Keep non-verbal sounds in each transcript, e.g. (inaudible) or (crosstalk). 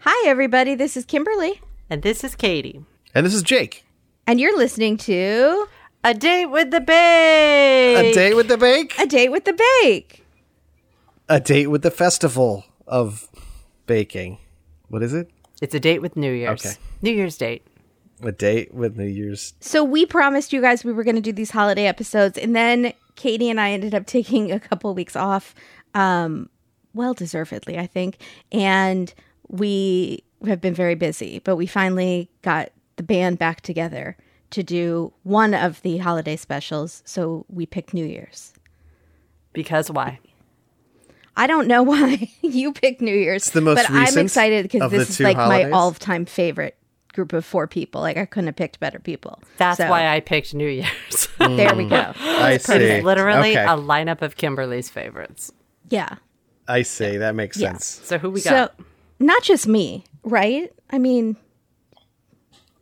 Hi, everybody. This is Kimberly, And this is Katie. And this is Jake. and you're listening to A date with the babe. A date with the bake. A Date with the Bake. A date with the festival of baking. What is it? It's a date with New Year's. Okay. New Year's date. A date with New Year's. So, we promised you guys we were going to do these holiday episodes, and then Katie and I ended up (laughs) taking a couple weeks off, um, well deservedly, I think. And we have been very busy, but we finally got the band back together to do one of the holiday specials. So, we picked New Year's. Because why? I don't know (laughs) why you picked New Year's. the most but I'm recent excited because of the this is two like my holidays? all-time favorite group of four people. Like I couldn't have picked better people. That's So, why Mm. I picked New (laughs) Year's. there we go. I see. it's literally Okay. a lineup of Kimberly's favorites. Yeah. I see. That makes Yeah. sense. So who we So got? not just me, right? I mean,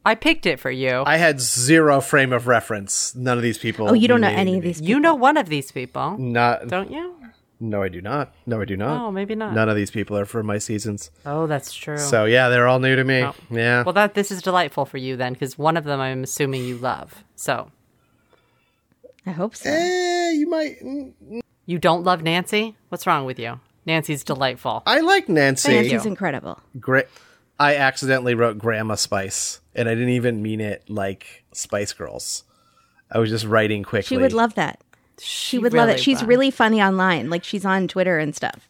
I picked it for you. I had zero frame of reference. None of these people. oh, you don't know mean any of me. these. you know one of these people, Not. don't you? No, I do not. No, I do not. Oh, maybe not. None of these people are from my seasons. Oh, that's true. So yeah, they're all new to me. Yeah. well, that this is delightful for you then, because one of them I'm assuming you love. So I hope so. Eh, you might. mm, you don't love Nancy? What's wrong with you? Nancy's delightful. I like Nancy. Nancy's incredible. Gra- I accidentally wrote Grandma Spice, and I didn't even mean it like Spice Girls. I was just writing quickly. She would love that. She would love it. She's would. really funny online. Like she's on Twitter and stuff.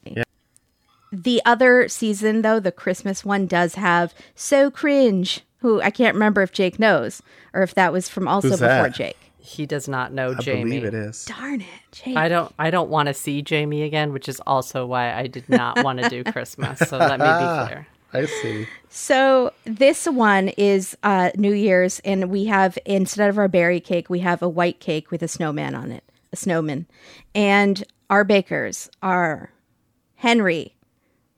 The other season though, the Christmas one does have so cringe. Who I can't remember if Jake knows or if that was from also Who's before that? Jake. He does not know I Jamie. believe it is. Darn it, Jake. I don't I don't want to see Jamie again, which is also why I did not want to do (laughs) Christmas. So let me Ah. be clear. I see. So this one is uh, New Year's, and we have instead of our berry cake, we have a white cake with a snowman on it, a snowman, and our bakers are Henry,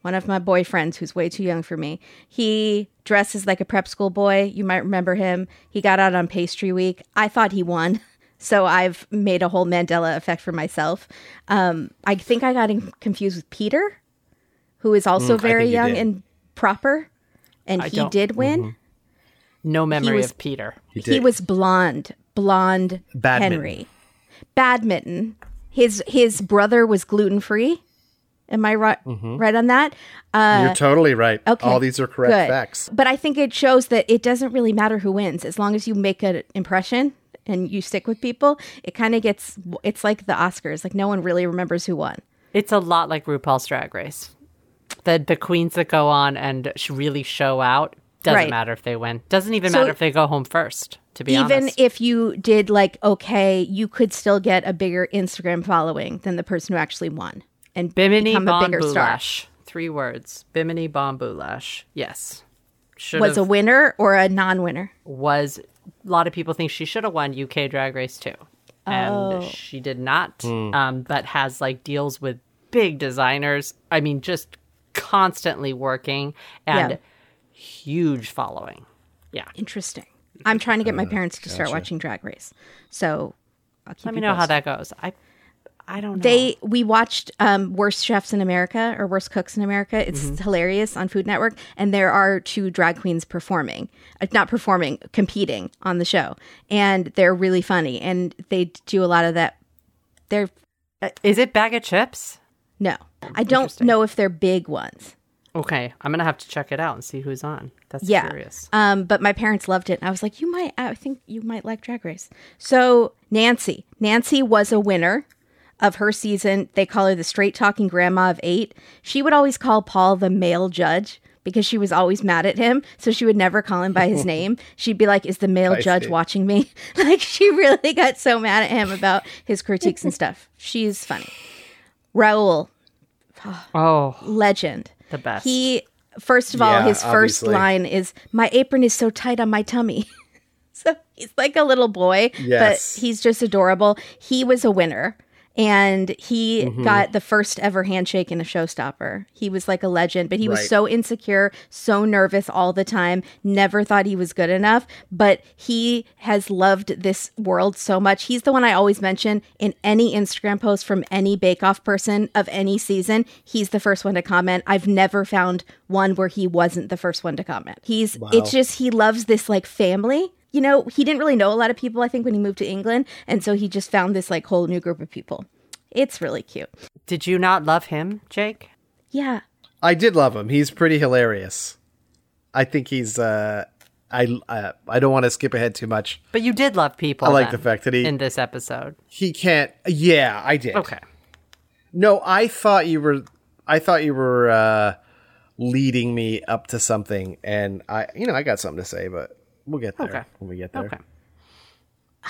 one of my boyfriends who's way too young for me. He dresses like a prep school boy. You might remember him. He got out on pastry week. I thought he won. (laughs) So I've made a whole Mandela effect for myself. Um, I think I got him confused with Peter, who is also Mm, I very think you young did. and proper, and I he don't- did win. No memory was- of Peter. He Mm-hmm. did. was blonde, blonde Badminton. Henry. Badminton. His his brother was gluten free. Am I right right on that? You're totally right. uh, Okay. Mm-hmm. All these are correct Good. facts. But I think it shows that it doesn't really matter who wins as long as you make an impression and you stick with people. It kind of gets it's like the Oscars, like no one really remembers who won. It's a lot like RuPaul's Drag Race. The the queens that go on and sh- really show out doesn't Right. matter if they win. Doesn't even So- matter if they go home first. To be Even honest, if you did like okay, you could still get a bigger Instagram following than the person who actually won and Bimini become a bigger star. Bombulash. Three words. Bimini Bombulash. Yes. Should Was a winner or a non-winner? was a lot of people think she should have won UK Drag Race too, and Oh. she did not. Hmm. Um, but has like deals with big designers. I mean, just constantly working and Yeah. huge following. Yeah, Interesting. I'm trying to get my parents to start watching Drag Race, so I'll keep let you me know how posted. that goes. I, I don't know. They we watched um, Worst Chefs in America or Worst Cooks in America. It's hilarious on Food Network, and there are two drag queens performing, uh, not performing, competing on the show, and they're really funny, and they do a lot of that. They're Uh, is it bag of chips? no, I don't know if they're big ones. Okay, I'm gonna have to check it out and see who's on. That's yeah. curious. Um, but my parents loved it. And I was like, you might, I think you might like Drag Race. So Nancy, Nancy was a winner of her season. They call her the straight talking grandma of eight. She would always call Paul the male judge because she was always mad at him. So she would never call him by his name. She'd be like, is the male judge see. watching me? (laughs) like she really got so mad at him about his critiques and stuff. She's funny. Raul, Oh, legend. The best. He first of all, Yeah, his first obviously. line is my apron is so tight on my tummy. (laughs) so he's like a little boy, Yes. but he's just adorable. He was a winner. and he Mm-hmm. got the first ever handshake in a showstopper. He was like a legend, but he was Right. so insecure, so nervous all the time, never thought he was good enough, but he has loved this world so much. He's the one I always mention in any Instagram post from any bake off person of any season. He's the first one to comment. I've never found one where he wasn't the first one to comment. He's it's just he loves this like family you know, he didn't really know a lot of people, I think, when he moved to England. And so he just found this like whole new group of people. It's really cute. Did you not love him, Jake? Yeah. I did love him. He's pretty hilarious. I think he's. Uh, I uh, I don't want to skip ahead too much. But you did love people. I like then, the fact that he- in this episode. He can't. Yeah, I did. Okay. No, I thought you were. I thought you were uh, leading me up to something, and I, you know, I got something to say, but we'll get there Okay. when we get there. Okay.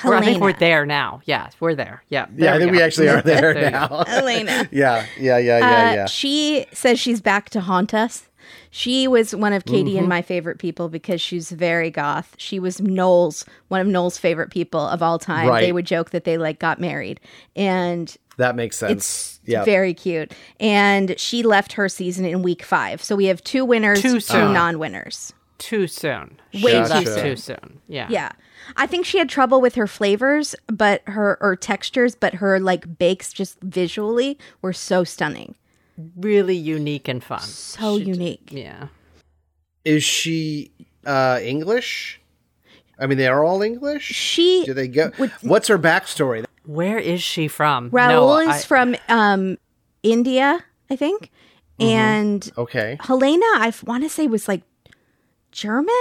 We're- I think Helena. we're there now. Yeah, we're there. Yeah. Yeah, there I think go. we actually are there, There you go. now. (laughs) Elena. yeah, yeah, yeah, yeah, Uh, yeah. She says she's back to haunt us. She was one of Katie Mm-hmm. and my favorite people because she's very goth. She was Noel's, one of Noel's favorite people of all time. They Right. would joke that they like got married. And That makes sense. it's Yeah, very cute. And she left her season in week five. So we have two winners, Too two soon. non winners. Too soon. Way She left too soon. too soon. Yeah. Yeah. I think she had trouble with her flavors, but her or textures, but her like bakes just visually were so stunning. Really unique and fun. So unique. Yeah. is she uh, English? I mean, they are all English. She Do they go? What's her backstory? Where is she from? Raul No, is I- from um India, I think. Mm-hmm. And Oh. Okay, Helena, I want to say was like German?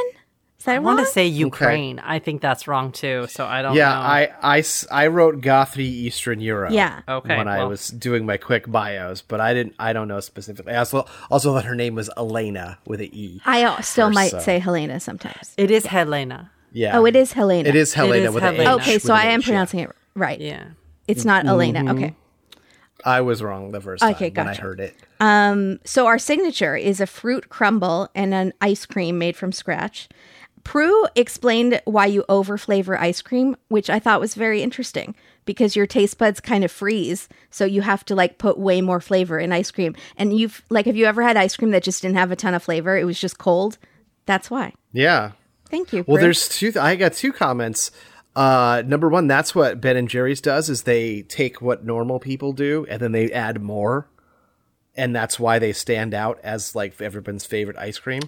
Is that I wrong? want to say Ukraine. I think that's wrong too. So I don't yeah, know. I, I s- I wrote Guthrie Eastern Europe. Yeah. Okay, when I well. was doing my quick bios, but I didn't. I don't know specifically. I also also thought her name was Elena with an E. I al- still might so. say Helena sometimes. It is Helena. Yeah. Oh, it is Helena. It is Helena is with Helena. an H. Okay, with so an I am H, yeah. pronouncing it right. Yeah. It's not Elena. Okay. I was wrong the first Okay, time when I gotcha. heard it. So our signature is a fruit crumble and an ice cream made from scratch. Prue explained why you overflavor ice cream, which I thought was very interesting because your taste buds kind of freeze, so you have to like put way more flavor in ice cream. And you've like have you ever had ice cream that just didn't have a ton of flavor? It was just cold. That's why. Yeah. Thank you. Well, Prue. there's two. I got two comments. Uh, number one, that's what Ben and Jerry's does is they take what normal people do and then they add more, and that's why they stand out as like everyone's favorite ice cream.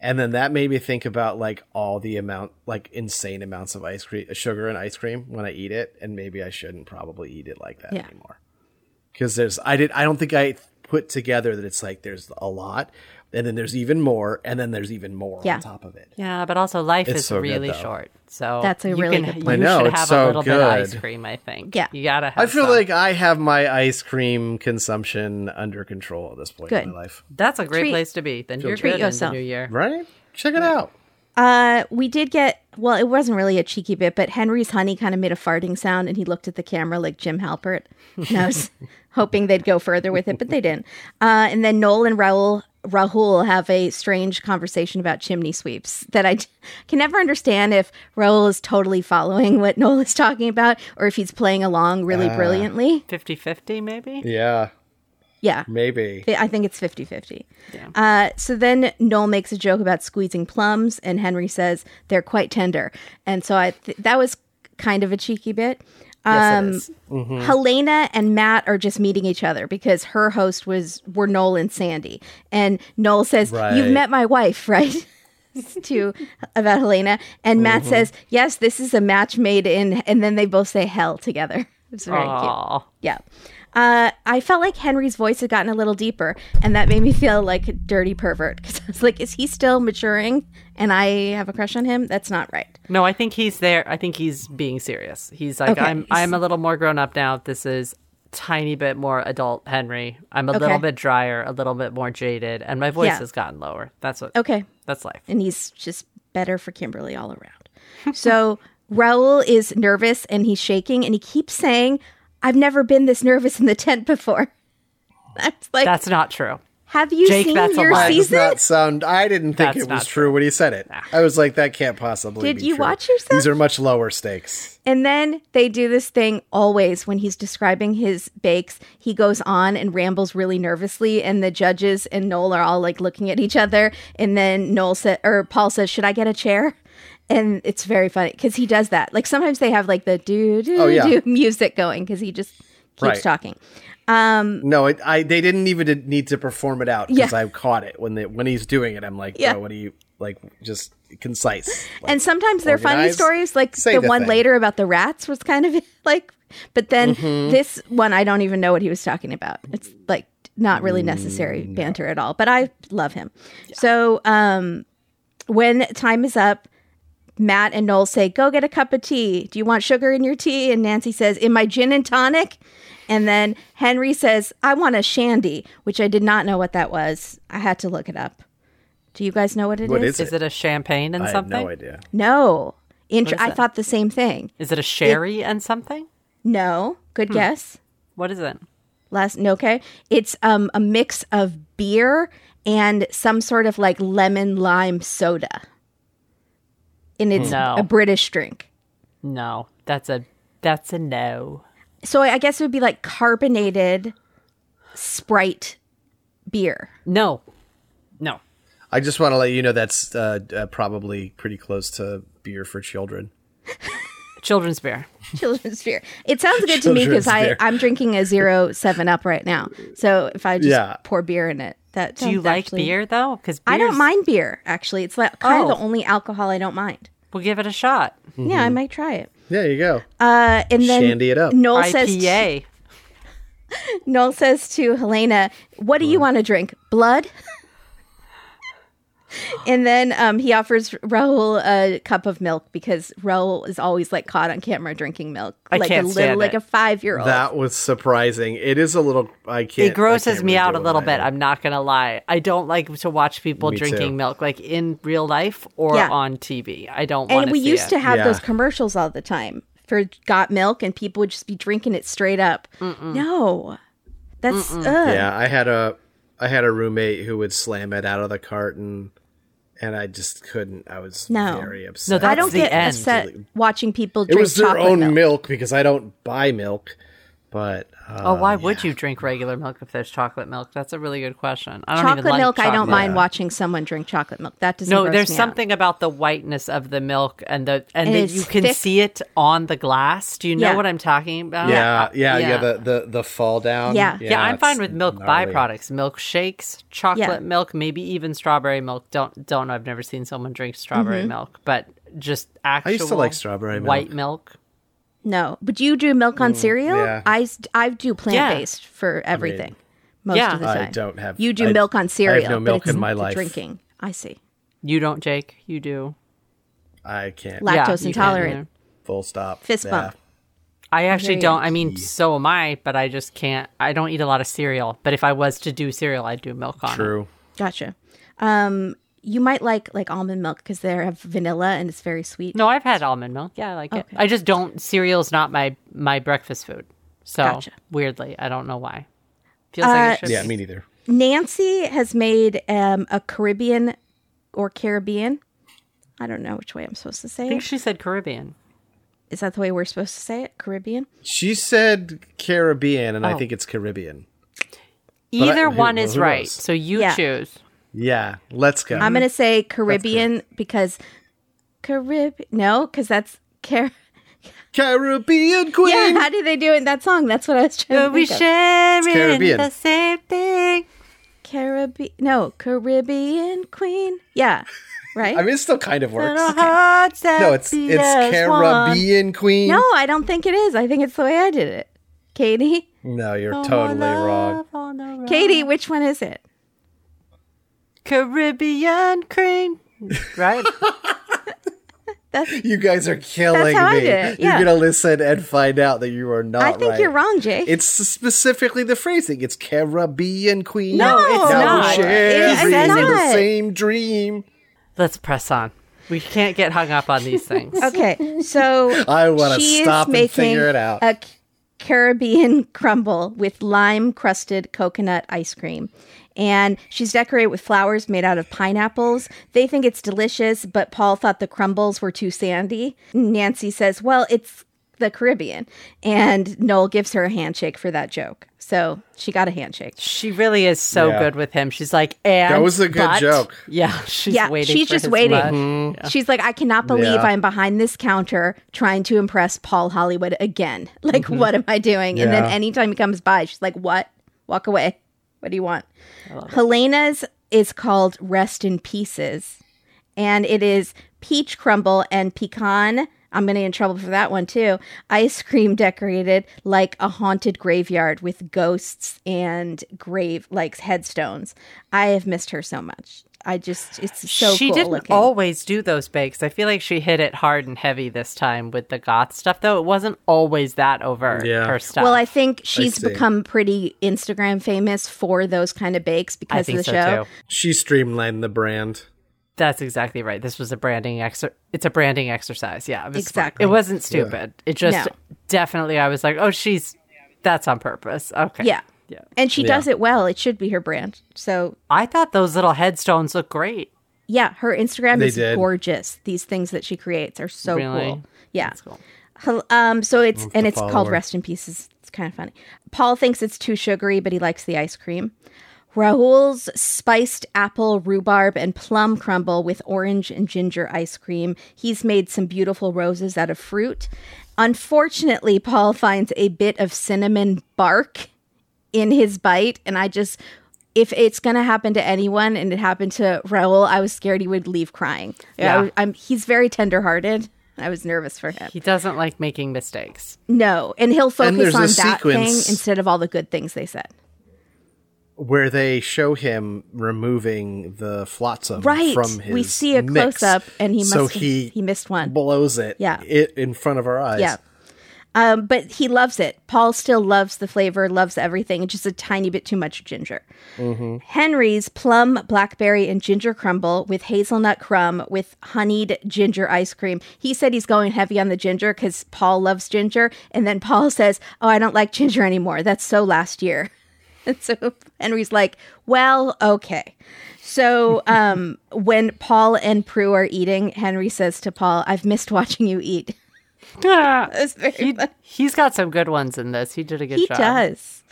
And then that made me think about like all the amount, like insane amounts of ice cream, sugar and ice cream when I eat it, and maybe I shouldn't probably eat it like that Yeah. anymore. because there's I did I don't think I put together that it's like there's a lot and then there's even more and then there's even more Yeah. on top of it. Yeah, but also life It's is so good, really though. short. So That's a you really can, good you point. I know, should it's have so a little bit of ice good. cream. I think. Yeah. You gotta. Have I feel some. like I have my ice cream consumption under control at this point Good. in my life. that's a great Treat- place to be. Then you're treat good yourself. in the new year. Right? Check it out. Uh, we did get well. It wasn't really a cheeky bit, but Henry's honey kind of made a farting sound, and he looked at the camera like Jim Halpert. And I was hoping they'd go further with it, but they didn't. Uh, and then Noel and Raul Rahul have a strange conversation about chimney sweeps that I (laughs) d- can never understand if Raul is totally following what Noel is talking about, or if he's playing along really brilliantly. 50-50 maybe. Yeah, Yeah, maybe. I think it's 50 50. Uh, so then Noel makes a joke about squeezing plums, and Henry says they're quite tender. And so I th- that was kind of a cheeky bit. Um, yes, it is. Mm-hmm. Helena and Matt are just meeting each other because her host was were Noel and Sandy, and Noel says, "You've Right. met my wife, (laughs) right?" to about Helena, and Matt Mm-hmm. says, "Yes, this is a match made in," and then they both say "hell" together. (laughs) It's very cute. Aw. Yeah. Uh, I felt like Henry's voice had gotten a little deeper, and that made me feel like a dirty pervert because (laughs) I was like, is he still maturing and I have a crush on him? That's not right. No, I think he's there. I think he's being serious. He's like, Okay. I'm. I'm a little more grown up now. This is tiny bit more adult, Henry. I'm a little bit drier, a little bit more jaded, and my voice Yeah. has gotten lower. That's what. Okay. That's life. And he's just better for Kimberly all (laughs) around. so Raul is nervous and he's shaking and he keeps (laughs) saying, I've never been this nervous in the tent before. That's like, That's not true. Have you Jake, seen that's a your lie. That does season? not sound. I didn't think That's it not was true when he said it. I was like, that can't possibly. Did be you true. watch yourself? These are much lower stakes. And then they do this thing always when he's describing his bakes. He goes on and rambles really nervously, and the judges and Noel are all like looking at each other. And then Noel said, or Paul says, "Should I get a chair?" And it's very funny because he does that. Like sometimes they have like the do do Oh, yeah. do music going because he just keeps Right. talking. No, it, I they didn't even need to perform it out because Yeah. I caught it when they, when he's doing it. I'm like, Yeah. yeah, what do you like? Just concise. Like, and sometimes they're funny organized, stories, like say the, the one thing. later about the rats was kind of (laughs) like. But then Mm-hmm. this one, I don't even know what he was talking about. It's like not really Mm, necessary banter at all. But I love him. So um, when time is up, Matt and Noel say, "Go get a cup of tea. Do you want sugar in your tea?" And Nancy says, "In my gin and tonic." And then Henry says, "I want a shandy," which I did not know what that was. I had to look it up. Do you guys know what it is? what is, Is it? it a champagne and I have something? no idea. No. Intr- is I it? thought the same thing. Is it a sherry and something? No. Good Hmm. guess. What is it? Last no, okay. It's um a mix of beer and some sort of like lemon lime soda. And it's Hmm. No. a British drink. No, that's a that's a no. So I guess it would be like carbonated Sprite beer. (laughs) No, no. I just want to let you know that's uh, uh, probably pretty close to beer for children. Children's beer. Children's beer. It sounds good to me because Children's beer. I'm drinking a zero seven up right now. So if I just Yeah. pour beer in it, that Do you sounds like actually- beer though? Because I don't mind beer, actually. It's like kind of Oh. the only alcohol I don't mind. We'll give it a shot. Yeah, I might try it. There you go. Uh, and then Mm-hmm. Shandy it up. Noel says IPA. Noel says to Helena, "What do you want to drink? Blood?" (laughs) and then um, he offers Raul a cup of milk because Raul is always like caught on camera drinking milk, I like can't a stand little, like it. a five year old. That was surprising. It is a little. I can't. Uh, It grosses me out a little bit. I'm I'm not gonna lie. I don't like to watch people Me drinking too. milk, like in real life or Yeah. on TV. I don't. and wanna we see used it. to have Yeah. those commercials all the time for got milk, and people would just be drinking it straight up. No, that's ugh. Yeah, I had a I had a roommate who would slam it out of the carton, and I just couldn't. I was No. very upset. No, that- I don't the get end. upset watching people it drink was their chocolate own milk. milk. because I don't buy milk. But uh, Oh, why would you drink regular milk if there's chocolate milk? That's a really good question. I don't Chocolate even like milk, I don't chocolate. mind watching someone drink chocolate milk. That doesn't. No, gross there's me out. something about the whiteness of the milk and the and And that it's you can thick. see it on the glass. Do you know Yeah. what I'm talking about? yeah, yeah, yeah, Oh, Yeah. The, the the fall down. Yeah. Yeah, I'm it's fine with milk gnarly. byproducts, milk shakes, chocolate Yeah. milk, maybe even strawberry milk. Don't don't know. I've never seen someone drink strawberry Mm-hmm. milk, but just actual. used to like strawberry milk. white milk. No, but do you do milk on cereal? Mm, yeah. I s- I do plant based for everything. most yeah. of the I time, don't have- You do I- milk I on have cereal. no but milk it's in my the life. Drinking, I see. You don't, Jake. You do. I can't. Lactose Yeah, you can't intolerant. either. Full stop. Fist Yeah. bump. I actually very don't. I mean, so am I, but I just can't. I don't eat a lot of cereal. But if I was to do cereal, I'd do milk on it. True. Gotcha. Um, you might like like almond milk because they have vanilla and it's very sweet. No, I've had almond milk. Yeah, I like Okay. it. I just don't. Cereal's not my my breakfast food. So Gotcha. Uh, weirdly, I don't know why. Feels like it should Yeah, be. me neither. Nancy has made um, a Caribbean or Caribbean. I don't know which way I'm supposed to I say think it. she said Caribbean. Is that the way we're supposed to say it? Caribbean. She said Caribbean, and I Oh. think it's Caribbean. I- Either who- one is who right. knows? So you Yeah. choose. Yeah, let's go. I'm gonna say Caribbean because Carib. No, because that's Car. (laughs) Caribbean Queen. Yeah, how do they do it in that song? That's what I was trying to think of. sharing Caribbean. the same thing. Caribbean, no, Caribbean Queen. (laughs) Yeah, right. I mean, it still kind of works. hearts that No, it's it's Caribbean Queen. no, I don't think it is. I think it's the way I did it. Katie, No, you're totally wrong. Uh, Katie, which one is it? Caribbean Queen. (laughs) Right? You guys are killing how I me. did it, yeah. You're gonna listen and find out that you are not. I think oh, right. you're wrong, Jake. It's specifically the phrasing. It's Caribbean Queen. No, it's Now we're not. It's Sharing the not. same dream. Let's press on. We can't get hung up on these (laughs) things. okay, so (laughs) I want to she stop is and making figure it (laughs) out. a c- Caribbean crumble with lime crusted coconut ice cream, and she's decorated with flowers made out of pineapples. They think it's delicious, but Paul thought the crumbles were too sandy. Nancy says, Well, it's the Caribbean. And Noel gives her a handshake for that joke. So she got a handshake. She really is so Yeah. good with him. She's like, and That was a good but-" joke. Yeah, she's yeah, waiting. she's for just his waiting. Mm-hmm. lunch. She's like, I cannot believe Mm-hmm. Yeah. I'm behind this counter trying to impress Paul Hollywood again. (laughs) Like, Mm-hmm. what am I doing? And then Yeah. anytime he comes by, she's like, What? Walk away. What do you want? Helena's is called Rest in Pieces, and it is peach crumble and pecan. I'm gonna get in trouble for that one too. Ice cream decorated like a haunted graveyard with ghosts and grave like headstones. I have missed her so much. I just it's so she cool didn't looking. always do those bakes. I feel like she hit it hard and heavy this time with the goth stuff, though. It wasn't always that over Yeah. her stuff. Well, I think she's see. become pretty Instagram famous for those kind of bakes I because of think the so show. too. She streamlined the brand. That's exactly right. This was a branding exer. It's a branding exercise. Yeah, it was smart. Exactly. It wasn't stupid. It just definitely. I was like, oh, she's. That's on purpose. Okay. Yeah. Yeah. And she does it well. It should be her brand. So, I thought those little headstones look great. yeah, her Instagram They is did. gorgeous. These things that she creates are so Really? cool. Yeah. That's cool. Hel- Um, so it's and it's called follower. Rest in Pieces. It's kind of funny. Paul thinks it's too sugary, but he likes the ice cream. Raoul's spiced apple, rhubarb, and plum crumble with orange and ginger ice cream. He's made some beautiful roses out of fruit. Unfortunately, Paul finds a bit of cinnamon bark in his bite, and I just. If it's gonna happen to anyone, and it happened to Raoul, I was scared he would leave crying. Yeah. I, am He's very tenderhearted. I was nervous for him. He doesn't like making mistakes. (laughs) No, and he'll focus And there's on a that sequence- thing instead of all the good things they said. where they show him removing the flotsam Right, from his we see a mix. close up, and he must so he he missed one. blows it Yeah. it in front of our eyes yeah, um, but he loves it. Paul still loves the flavor, loves everything. It's just a tiny bit too much ginger. Henry's plum, blackberry, and ginger crumble with hazelnut crumb with honeyed ginger ice cream. He said he's going heavy on the ginger because Paul loves ginger, and then Paul (laughs) says, "Oh, I don't like ginger anymore. That's so last year." (laughs) And so Henry's like, well, okay. So um, when Paul and Prue are eating, Henry says to Paul, I've missed watching you eat. (laughs) That's very he, funny. he's got some good ones in this. He did a good He job. does.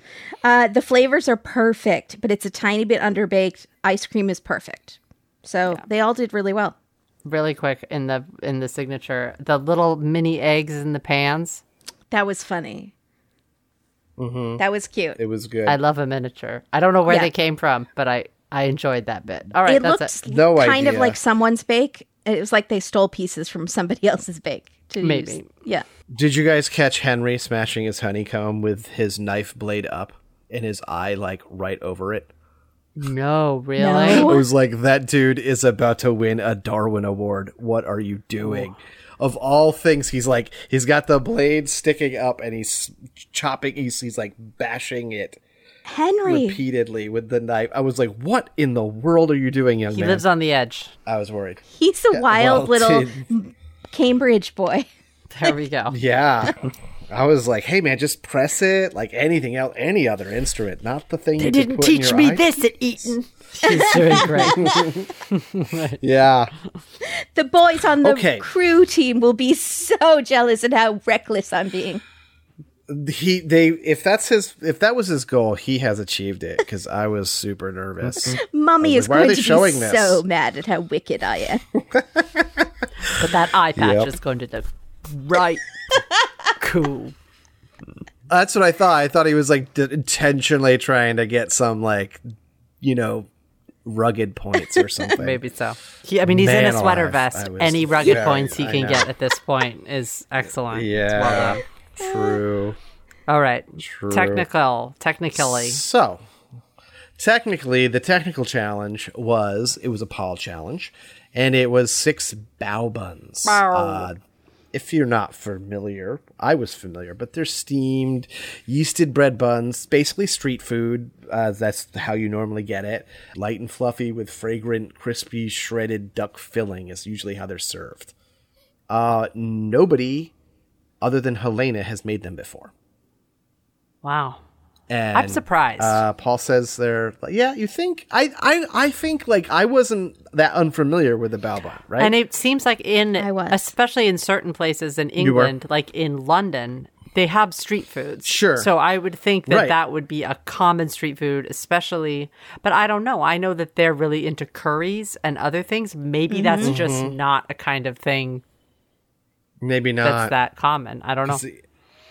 Uh, the flavors are perfect, but it's a tiny bit underbaked. Ice cream is perfect. So they all did really well. Really quick in the in the signature, the little mini eggs in the pans. That was funny. That was cute. Mm-hmm. it was good I love a miniature. I don't know where Yeah. they came from, but I I enjoyed that bit. All right, it that's looked it. No kind of idea. like someone's bake. It was like they stole pieces from somebody (laughs) else's bake. To Maybe. use. Yeah. did you guys catch henry smashing his honeycomb with his knife blade up and his eye like right over it No, really. it No. What? was like that dude is about to win a darwin award what are you doing of all things he's like he's got the blade sticking up and he's chopping he's, he's like bashing it Henry. repeatedly with the knife i was like what in the world are you doing young He man lives on the edge. i was worried He's a wild well, (laughs) little dude. m- Cambridge boy. (laughs) There we (laughs) go. (laughs) Yeah. I was like, hey man, just press it like anything else, any other instrument, not the thing. They Didn't teach me this at Eton. He's doing great. Yeah, The boys on the Okay. crew team will be so jealous at how reckless I'm being. he they if that's his if that was his goal, he has achieved it because I was super nervous. Mm-hmm. Mummy I is was like, why are going they to be showing this? so mad at how wicked I am. (laughs) But that eye patch Yep. is going to look right cool. that's what I thought. I thought he was like d- intentionally trying to get some like you know rugged (laughs) points or something. Maybe so. He, I mean, he's in Man a sweater alive, I vest. was Any rugged very- points he I can know. get at this point is excellent. It's well Yeah, done. true. All right. Technical. Technically. So, technically, the technical challenge was it was a Paul challenge, and it was six bow buns. Uh, if you're not familiar, I was familiar, but they're steamed, yeasted bread buns, basically street food. Uh, that's how you normally get it. Light and fluffy with fragrant, crispy, shredded duck filling is usually how they're served. Uh, nobody other than Helena has made them before Wow. And, I'm surprised. Uh, Paul says they're like, yeah. You think I, I I think like I wasn't that unfamiliar with the Baobab, right? And it seems like in, I was. especially in certain places in were. England, like in London, they have street foods. Sure. So I would think that Right. that would be a common street food, especially. But I don't know. I know that they're really into curries and other things. Maybe Mm-hmm. that's just Mm-hmm. not a kind of thing Maybe that's not. that common. I don't know.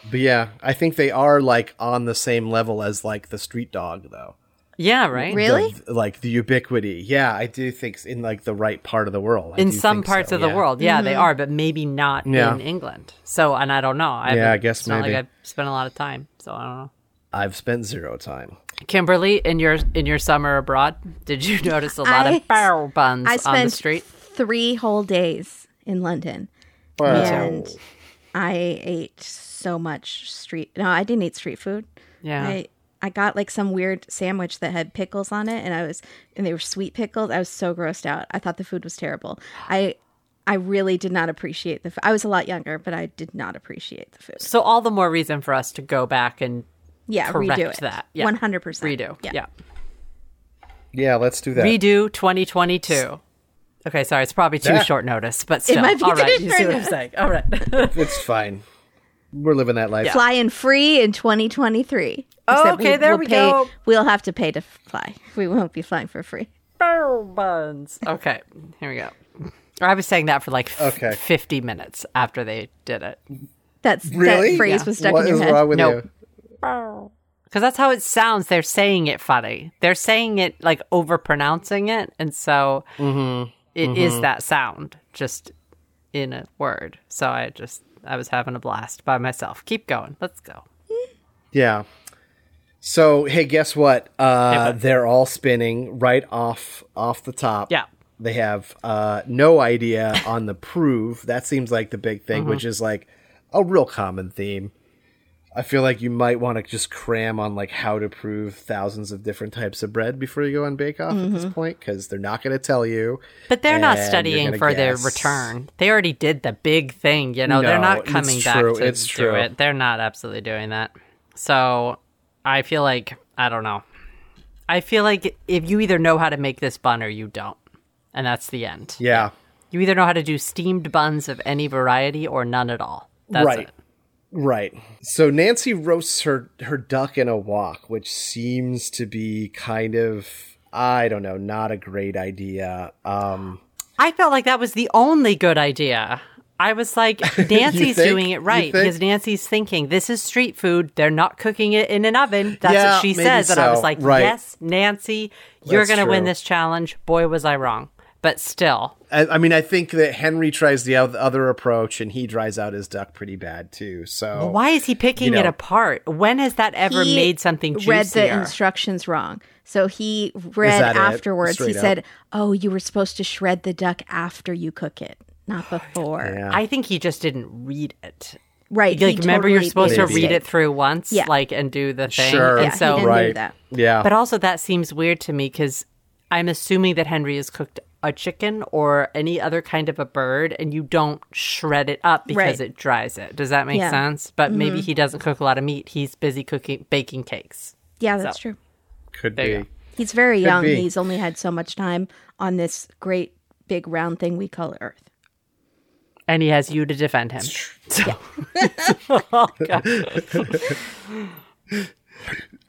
But yeah, I think they are like on the same level as like the street dog, though. Yeah. Right. Really? The- like the ubiquity. Yeah, I do think s- in like the right part of the world. I In do some think parts so, of the yeah. world, yeah, Mm-hmm. they are, but maybe not Yeah. in England. So, and I don't know. I Yeah, I haven't- guess it's not maybe. like I've spent a lot of time, so I don't know. I've spent zero time. Kimberly, in your in your summer abroad, did you (laughs) notice a lot I- of barrel buns I on the spent street? three whole days in London, Oh. and I ate so much street. No, I didn't eat street food. Yeah. I I got like some weird sandwich that had pickles on it, and I was and they were sweet pickles. I was so grossed out. I thought the food was terrible. I I really did not appreciate the. F- I was a lot younger, but I did not appreciate the food. So all the more reason for us to go back and Yeah, Correct redo it. that. Yeah. one hundred percent redo. Yeah. Yeah, let's do that. Redo 2022. Okay, sorry, it's probably too Yeah. short notice, but still. might be all right, too you see short what I'm notice. saying. All right. (laughs) it's fine. We're living that life. Flying free in 2023. Oh, Except okay, there will we pay- go. We'll have to pay to fly. We won't be flying for free. barrel buns. Okay, here we go. I was saying that for like f- Okay. 50 minutes after they did it. That's Really? that phrase Yeah. was stuck What in your is head. wrong with Nope. you? Because that's how it sounds. They're saying it funny. They're saying it like over pronouncing it. And so Mm-hmm. it is that sound just in a word. So I just, I was having a blast by myself. Keep going. Let's go. Yeah. So hey, guess what? Uh, they're all spinning right off off the top. Yeah. They have uh, no idea on the prove. That seems like the big thing, which is like a real common theme. I feel like you might want to just cram on like how to prove thousands of different types of bread before you go on Bake Off at this point because they're not going to tell you. But they're not And you're studying gonna for their guess. return. They already did the big thing, you know. they're No, not it's coming back true, to it's do true. it. They're not absolutely doing that. So I feel like I don't know. I feel like if you either know how to make this bun or you don't, and that's the end. Yeah, You either know how to do steamed buns of any variety or none at all. That's right. it. Right. So Nancy roasts her her duck in a wok, which seems to be kind of I don't know, not a great idea. Um I felt like that was the only good idea. I was (laughs) like, Nancy's think? doing it You right think? because Nancy's thinking this is street food. They're not cooking it in an oven. That's Yeah, what she maybe says. And I was so. like, Right. yes, Nancy, you're That's going to win true. this challenge. Boy, was I wrong. But still, I, I mean, I think that Henry tries the oth- other approach and he dries out his duck pretty bad too. So why is he picking it know. apart? When has that ever He made something read the juicier? instructions wrong. So he read that it? afterwards. He Straight up. said, "Oh, you were supposed to shred the duck after you cook it, not before." Oh, Yeah. I think he just didn't read it. Right? Like, he remember, totally you're supposed made to a read it mistake. through once, Yeah. like, and do the thing. sure, And Yeah, he so, didn't do right, that. yeah, But also, that seems weird to me because I'm assuming that Henry has cooked a chicken or any other kind of a bird, and you don't shred it up Right. because it dries it. Does that make Yeah. sense? But maybe he doesn't cook a lot of meat. He's busy cooking, baking cakes. Yeah, that's true. could There you be. go. He's very young. be. He's only had so much time on this great big round thing we call Earth. And he has you to defend him.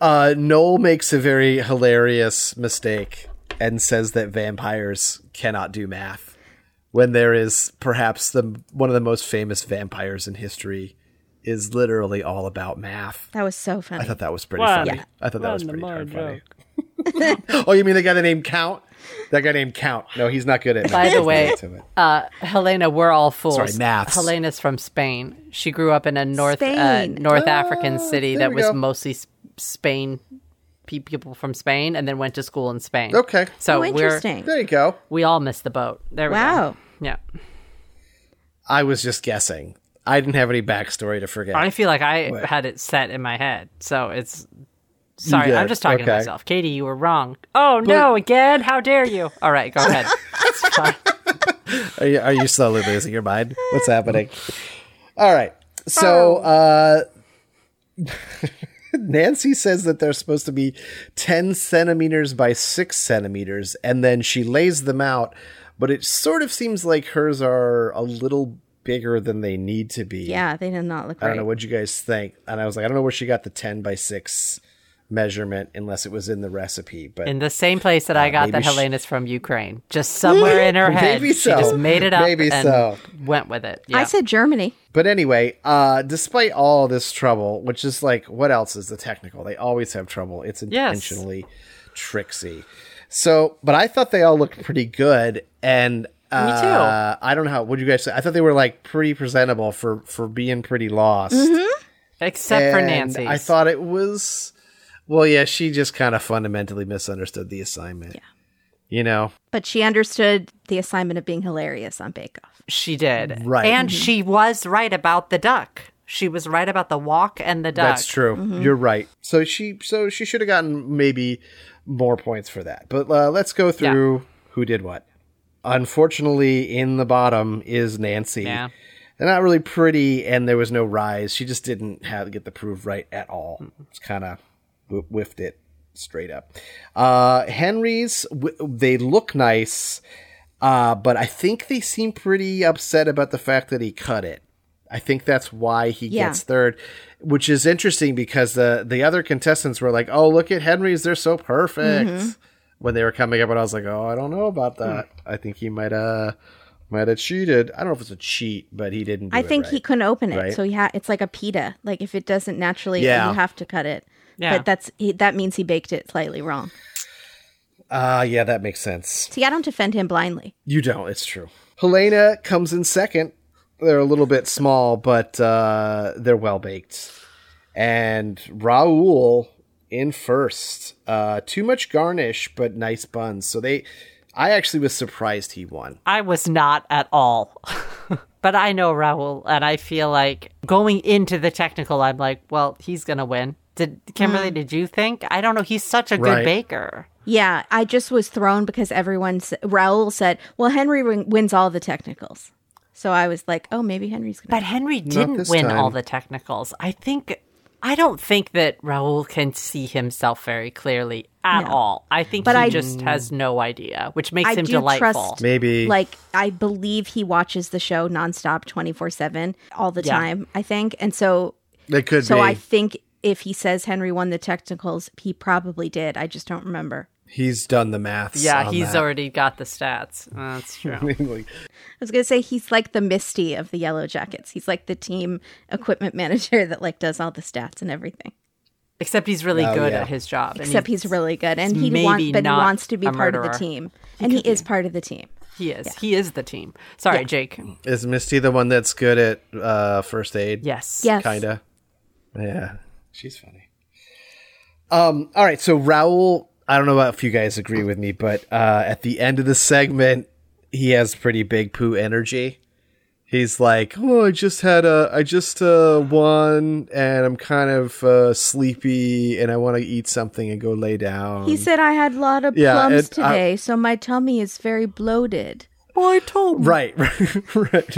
Uh, Noel makes a very hilarious mistake and says that vampires cannot do math when there is perhaps the one of the most famous vampires in history is literally all about math. That was so I funny. thought that was pretty One. funny. Yeah. I thought that was One pretty more darn funny. (laughs) oh, you mean the guy named Count? That guy named Count. No, he's not good at math. By the He's way, not into it. Uh, Helena, we're all fools. Sorry, maths. Helena's from Spain. She grew up in a North uh, Spain. North African city there that we was go. mostly s- Spain pe- people from Spain, and then went to school in Spain. Okay. so oh, we're interesting. there you go. we all missed the boat. There we Wow. go. Yeah, I was just guessing. I didn't have any backstory to forget. I feel like I had it set in my head, so it's. Sorry, did. I'm just talking to Okay. myself. Katie, you were wrong. Oh no, again? How dare you? All right, go ahead. It's fine. Are you, are you slowly losing your mind? Um, What's happening? All right. So, uh, (laughs) Nancy says that they're supposed to be 10 centimeters by 6 centimeters, and then she lays them out, but it sort of seems like hers are a little bigger than they need to be. Yeah, they did not look I right. don't know what you guys think. And I was like, I don't know where she got the 10 by 6 measurement unless it was in the recipe, but In the same place that I got Uh, maybe that she- Helena's from Ukraine, just somewhere in her head, (laughs) Maybe so. she just made it up Maybe and so. went with it. I Yeah. said Germany. But anyway, uh, despite all this trouble, which is like, what else is the technical? They always have trouble. It's intentionally tricksy. So, but I thought they all looked pretty good, and uh, I don't know how. What do you guys say? I thought they were like pretty presentable for for being pretty lost. except for And Nancy. I thought it was. Well, yeah, she just kind of fundamentally misunderstood the assignment. Yeah. You know, But she understood the assignment of being hilarious on Bake Off. she did, Right. And Mm-hmm. she was right about the duck. She was right about the walk and the duck. That's true. You're right. So she so she should have gotten maybe more points for that. But uh, let's go through who did what. Unfortunately, in the bottom is Nancy. Yeah. They're not really pretty, and there was no rise. She just didn't have get the proof right at all. It's kind of wh- whiffed it straight up. Uh, Henry's w- they look nice, uh, but I think they seem pretty upset about the fact that he cut it. I think that's why he Yeah. gets third, which is interesting because the the other contestants were like, "Oh, look at Henry's; they're so perfect." Mm-hmm. When they were coming up, and I was like, "Oh, I don't know about Hmm. that. I think he might uh might have cheated. I don't know if it's a cheat, but he didn't. Do I it think he right. couldn't open it, Right. so he ha- it's like a pita. Like if it doesn't naturally, Yeah. you have to cut it. Yeah. But that's he, that means he baked it slightly wrong. Ah, yeah, that makes sense. See, I don't defend him blindly. You don't. It's true. Helena comes in second. They're a little bit small, but uh, they're well baked. And Raul in first. Uh, too much garnish, but nice buns. So they, I actually was surprised he won. I was not at all. (laughs) but I know Raul, and I feel like going into the technical, I'm like, well, he's gonna win. Did Kimberly? Mm. Did you think? I don't know. He's such a good Right. baker. Yeah, I just was thrown because everyone s- Raoul said, "Well, Henry win- wins all the technicals," so I was like, "Oh, maybe Henry's gonna." But Henry didn't this win time. all the technicals. I think I don't think that Raul can see himself very clearly at all. I think he I- just has no idea, which makes I him do delightful. trust- Maybe like I believe he watches the show nonstop, twenty four seven, all the Yeah. time. I think, and so it could so be. I think if he says Henry won the technicals, he probably did. I just don't remember. he's done the maths. yeah, on he's that. already got the stats. That's (laughs) true. Like, I was gonna say he's like the Misty of the Yellow Jackets. He's like the team equipment (laughs) manager that like does all the stats and everything. Except he's really good Oh, yeah. at his job. and Except he's really good, and he maybe want, but he not wants to be a part of the murderer. team, and he is part of the team. he is. He is the team. Sorry, Jake. is Misty the one that's good at uh, first aid? Yes. Yes, kinda. Yeah, she's funny. Um. All right. So Raul, I don't know if you guys agree with me, but uh, at the end of the segment, he has pretty big poo energy. He's like, "Oh, I just had a, I just uh, won, and I'm kind of uh, sleepy, and I want to eat something and go lay down." He said I had a lot of Yeah, plums uh, it- I- today, so my tummy is very bloated. Boy, Tom. Right, (laughs) right, right.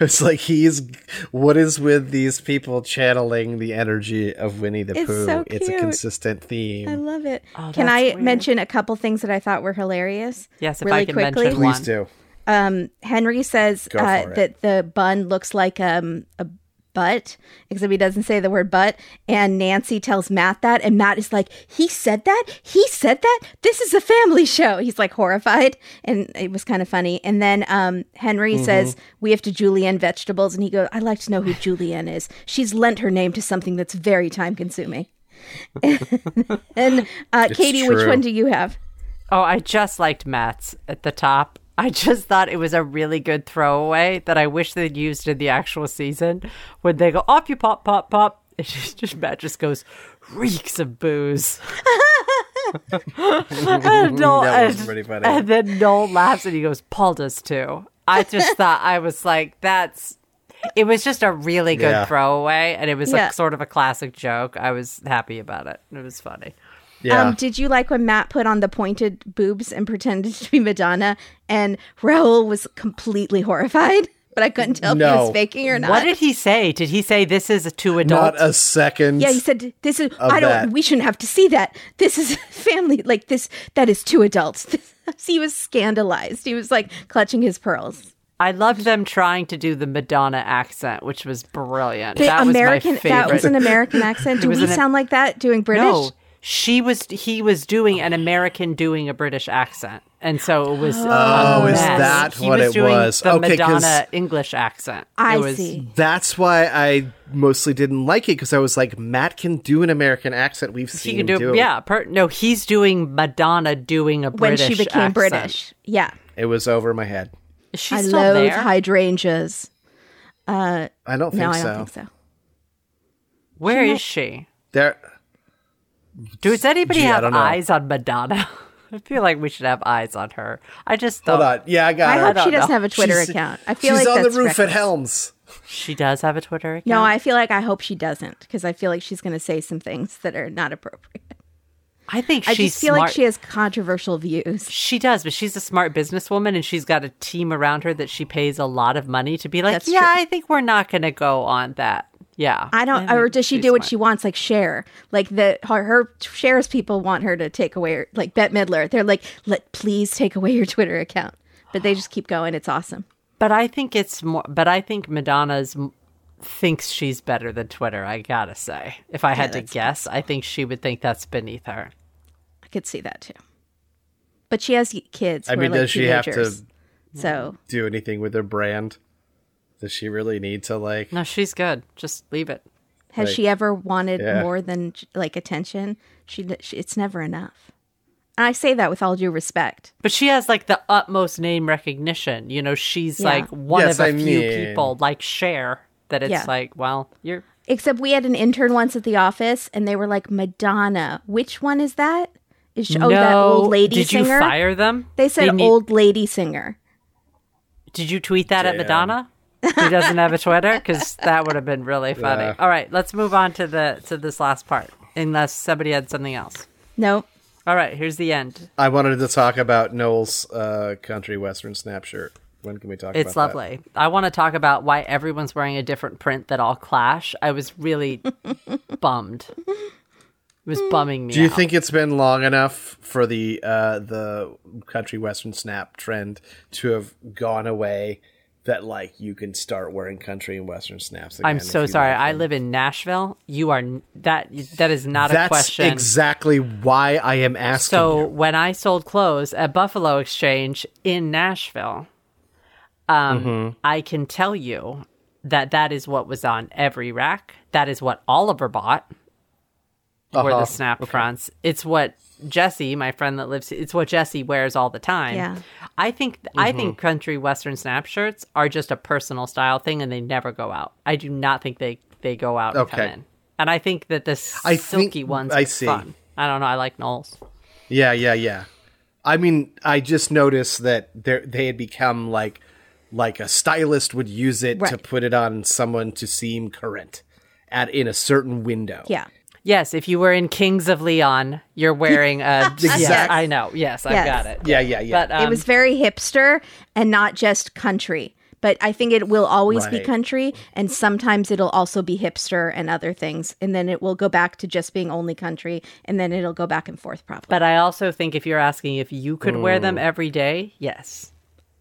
It's like he's what is with these people channeling the energy of Winnie the It's Pooh. so It's a cute. consistent I theme. love it. Oh, can I that's weird. mention a couple things that I thought were hilarious? Yes, if really I can quickly. mention Please one. do. Um, Henry says for uh, it. that the bun looks like um, a butt, except he doesn't say the word butt. And Nancy tells Matt that, and Matt is like, "He said that? He said that? This is a family show." He's like horrified, and it was kind of funny. And then um, Henry Mm-hmm. says, "We have to julienne vegetables," and he goes, "I'd like to know who Julienne is. She's lent her name to something that's very time consuming." (laughs) and uh, Katie, which true. one do you have? Oh, I just liked Matt's at the top. I just thought it was a really good throwaway that I wish they'd used in the actual season when they go off you pop pop pop. (laughs) It just, just Matt just goes reeks of (laughs) booze. and Noel, That was and- pretty funny. And then Noel laughs and he goes, Paul does too. I (laughs) just thought I was like, that's. It was just a really good Yeah. throwaway, and it was Yeah. like sort of a classic joke. I was happy about it. It was funny. Yeah. Um, did you like when Matt put on the pointed boobs and pretended to be Madonna, and Raul was completely horrified but I couldn't tell if No. he was faking or not. What did he say? Did he say this is to adults? Not a second. yeah, he said this is I don't that. we shouldn't have to see that. This is (laughs) family like this that is two adults. (laughs) he was scandalized. He was like clutching his pearls. I loved them trying to do the Madonna accent, which was brilliant. The that American was my favorite. that was an American (laughs) accent. Do was we an- sound like that doing British? no, she was. He was doing an American doing a British accent, and so it was. Oh, is that he what was it doing was? The Okay, 'cause- Madonna English accent. I It was- see. That's why I mostly didn't like it because I was like, Matt can do an American accent. We've seen She could him do. it. Yeah, per, no, he's doing Madonna doing a When British. she became accent. British. Yeah. It was over my head. Is she I still loathe there? hydrangeas. I don't think No, I so. don't think so. Where is she? There, Does anybody Gee, I have don't know. eyes on Madonna? (laughs) I feel like we should have eyes on her. I just thought hold on. Yeah, I got I her. hope she don't doesn't know. have a Twitter She's- account. I feel she's like on that's the roof at reckless. Helms. she does have a Twitter account. No, I feel like I hope she doesn't because I feel like she's going to say some things that are not appropriate. I think I she's just feel smart. like she has controversial views. She does, but she's a smart businesswoman and she's got a team around her that she pays a lot of money to be like, That's yeah, true. I think we're not going to go on that. Yeah. I don't, or does she do what she wants? Like share, like the her, her shares people want her to take away, like Bette Midler. They're like, let please take away your Twitter account, but they just keep going. It's awesome. But I think it's more, but I think Madonna's m- thinks she's better than Twitter, I gotta say. If I had to guess, I think she would think that's beneath her. I could see that too. But she has kids. I who are, mean, like, does she have to teenagers. So do anything with her brand? Does she really need to like? No, she's good. Just leave it. Has Like, she ever wanted yeah. more than like attention? She, she it's never enough. And I say that with all due respect. But she has like the utmost name recognition. You know, she's Yeah. like one Yes, of a I few mean- people, like Cher, that it's Yeah. like, well, you're Except we had an intern once at the office and they were like, "Madonna, which one is that? Is she, oh that No. old lady Did singer?" you fire them? They said need- old lady singer. Did you tweet that at Damn. Madonna? Who doesn't have a Twitter? Because that would have been really funny. Yeah. All right, let's move on to the to this last part, unless somebody had something else. No. All right, here's the end. I wanted to talk about Noel's uh, country western snap shirt. When can we talk? It's about that? lovely. I want to talk about why everyone's wearing a different print that all clash. I was (laughs) really bummed. It was bumming me. Do you out. think it's been long enough for the uh, the country western snap trend to have gone away? That like you can start wearing country and western snaps. Again I'm if so you sorry. like I them. live in Nashville. You are n- that. That is not a That's question. exactly why I am asking. So you. when I sold clothes at Buffalo Exchange in Nashville, um, Mm-hmm. I can tell you that that is what was on every rack. That is what Oliver bought were Uh-huh. the snap fronts. It's what Jesse, my friend that lives, it's what Jesse wears all the time. Yeah. I think I Mm-hmm. think country western snap shirts are just a personal style thing, and they never go out. I do not think they they go out. And Okay. come in. And I think that the I think- silky ones. I are see. Fun. I don't know. I like Knowles. Yeah, yeah, yeah. I mean, I just noticed that there they had become like like a stylist would use it to Right. put it on someone to seem current at in a certain window. Yeah. Yes, if you were in Kings of Leon, you're wearing (laughs) a. yes, I know. Yes, I've Yes. got it. Yeah, yeah, yeah. But um, it was very hipster and not just country. But I think it will always be Right. country and sometimes it'll also be hipster and other things and then it will go back to just being only country and then it'll go back and forth probably. but I also think if you're asking if you could wear them every day, yes.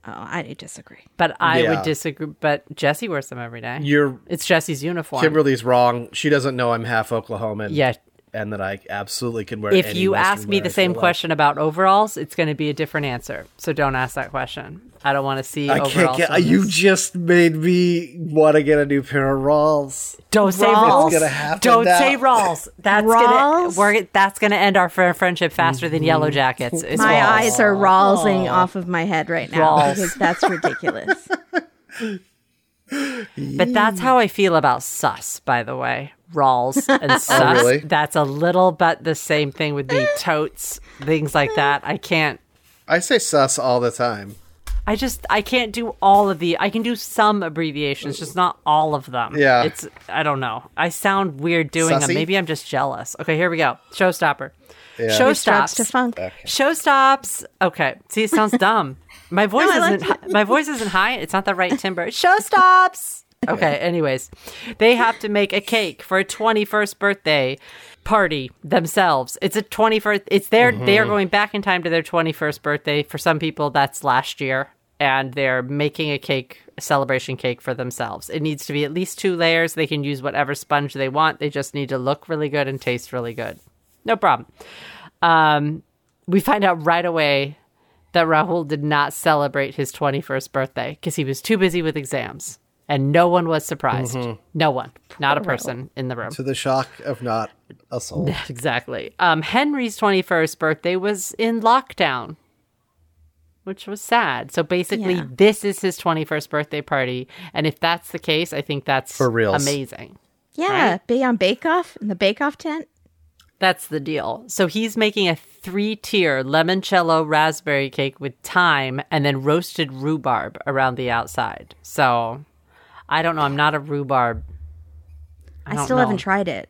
oh, I disagree. But I Yeah. would disagree. But Jesse wears them every day. You're it's Jesse's uniform. Kimberly's wrong. She doesn't know I'm half Oklahoman. Yeah. And that I absolutely can wear if any you Western ask me wear I the same feel like. question about overalls, it's going to be a different answer. So don't ask that question. I don't want to see I can't overalls. on get you this. just made me want to get a new pair of Rawls. don't say Rawls? Rawls. It's gonna happen don't now. say Rawls. That's gonna Rawls? we're, that's gonna end our fr- friendship faster than Mm. Yellow Jackets. It's My Rawls. eyes are rawsing off of my head right now Rawls. because (laughs) that's ridiculous. But Mm. that's how I feel about sus, by the way. (laughs) Rawls and sus. Oh, really? That's a little but the same thing (laughs) with me. Totes, things like that. I can't I say sus all the time. I just I can't do all of the I can do some abbreviations, just not all of them. Yeah. It's I don't know. I sound weird doing them. Sussy? Maybe I'm just jealous. Okay, here we go. Showstopper. Yeah. Show It drops stops. to funk. Show stops. Okay. See, it sounds dumb. My (laughs) voice No, I like isn't hi- my voice isn't high. It's not the right timbre. Show stops. Okay, anyways. They have to make a cake for a 21st birthday party themselves. It's a 21st it's their they're Mm-hmm. going back in time to their 21st birthday. For some people that's last year and they're making a cake a celebration cake for themselves. It needs to be at least two layers. They can use whatever sponge they want. They just need to look really good and taste really good. No problem um, we find out right away that Rahul did not celebrate his 21st birthday because he was too busy with exams. And no one was surprised. Mm-hmm. No one. Oh, Not a person in the room. To the shock of not a soul. (laughs) Exactly. Um, Henry's 21st birthday was in lockdown, which was sad. So basically, Yeah. this is his 21st birthday party. And if that's the case, I think that's For reals. amazing. Yeah, be on Bake Off in the Bake Off tent. That's the deal. So he's making a three tier limoncello raspberry cake with thyme and then roasted rhubarb around the outside. So I don't know. I'm not a rhubarb. I, don't still know. haven't tried it.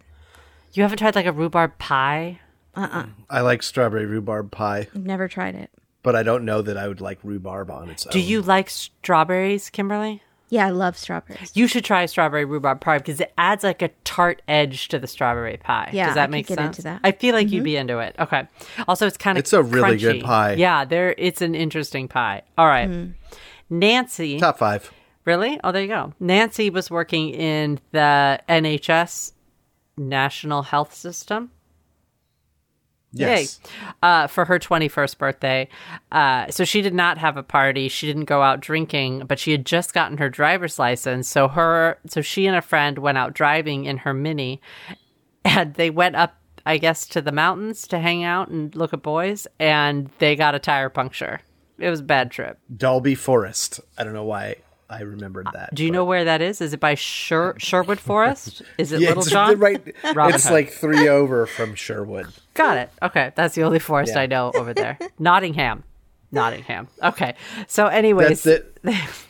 You haven't tried like a rhubarb pie? I like strawberry rhubarb pie, I've never tried it. but I don't know that I would like rhubarb on its own. Do you like strawberries, Kimberly? Yeah, I love strawberries. You should try strawberry rhubarb pie because it adds like a tart edge to the strawberry pie. Yeah, Does I that could make get sense? into that. Mm-hmm. I feel like you'd be into it. Okay. Also, it's kind of It's a really good crunchy. pie. Yeah, there. It's an interesting pie. All right. Mm. Nancy. Top five. Really? Oh, there you go. Nancy was working in the NHS National Health System. Yes. Yay. Uh, for her 21st birthday. Uh, so she did not have a party. She didn't go out drinking, but she had just gotten her driver's license. So her, so she and a friend went out driving in her mini and they went up, I guess, to the mountains to hang out and look at boys and they got a tire puncture. It was a bad trip. Dalby Forest. I don't know why I remembered that. Uh, Do you know where that is? Is it by Sher- Sherwood Forest? Is it (laughs) (laughs) Yeah, Little it's John? right. Robin it's Hood. like three over (laughs) from Sherwood. Got it. Okay, that's the only forest Yeah. I know over (laughs) there. Nottingham, Nottingham. Okay. So, anyways, That's it.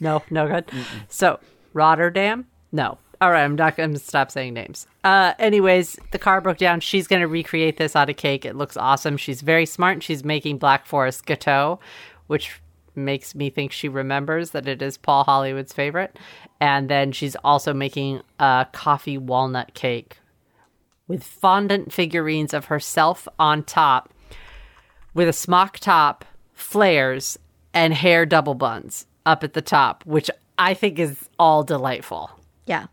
no, no good. So Rotterdam, no. All right, I'm not going to stop saying names. Uh, anyways, the car broke down. She's going to recreate this on a cake. It looks awesome. She's very smart. and She's making Black Forest Gateau, which makes me think she remembers that it is Paul Hollywood's favorite. And then she's also making a coffee walnut cake with fondant figurines of herself on top, with a smock top, flares, and hair double buns up at the top, which I think is all delightful, Yeah,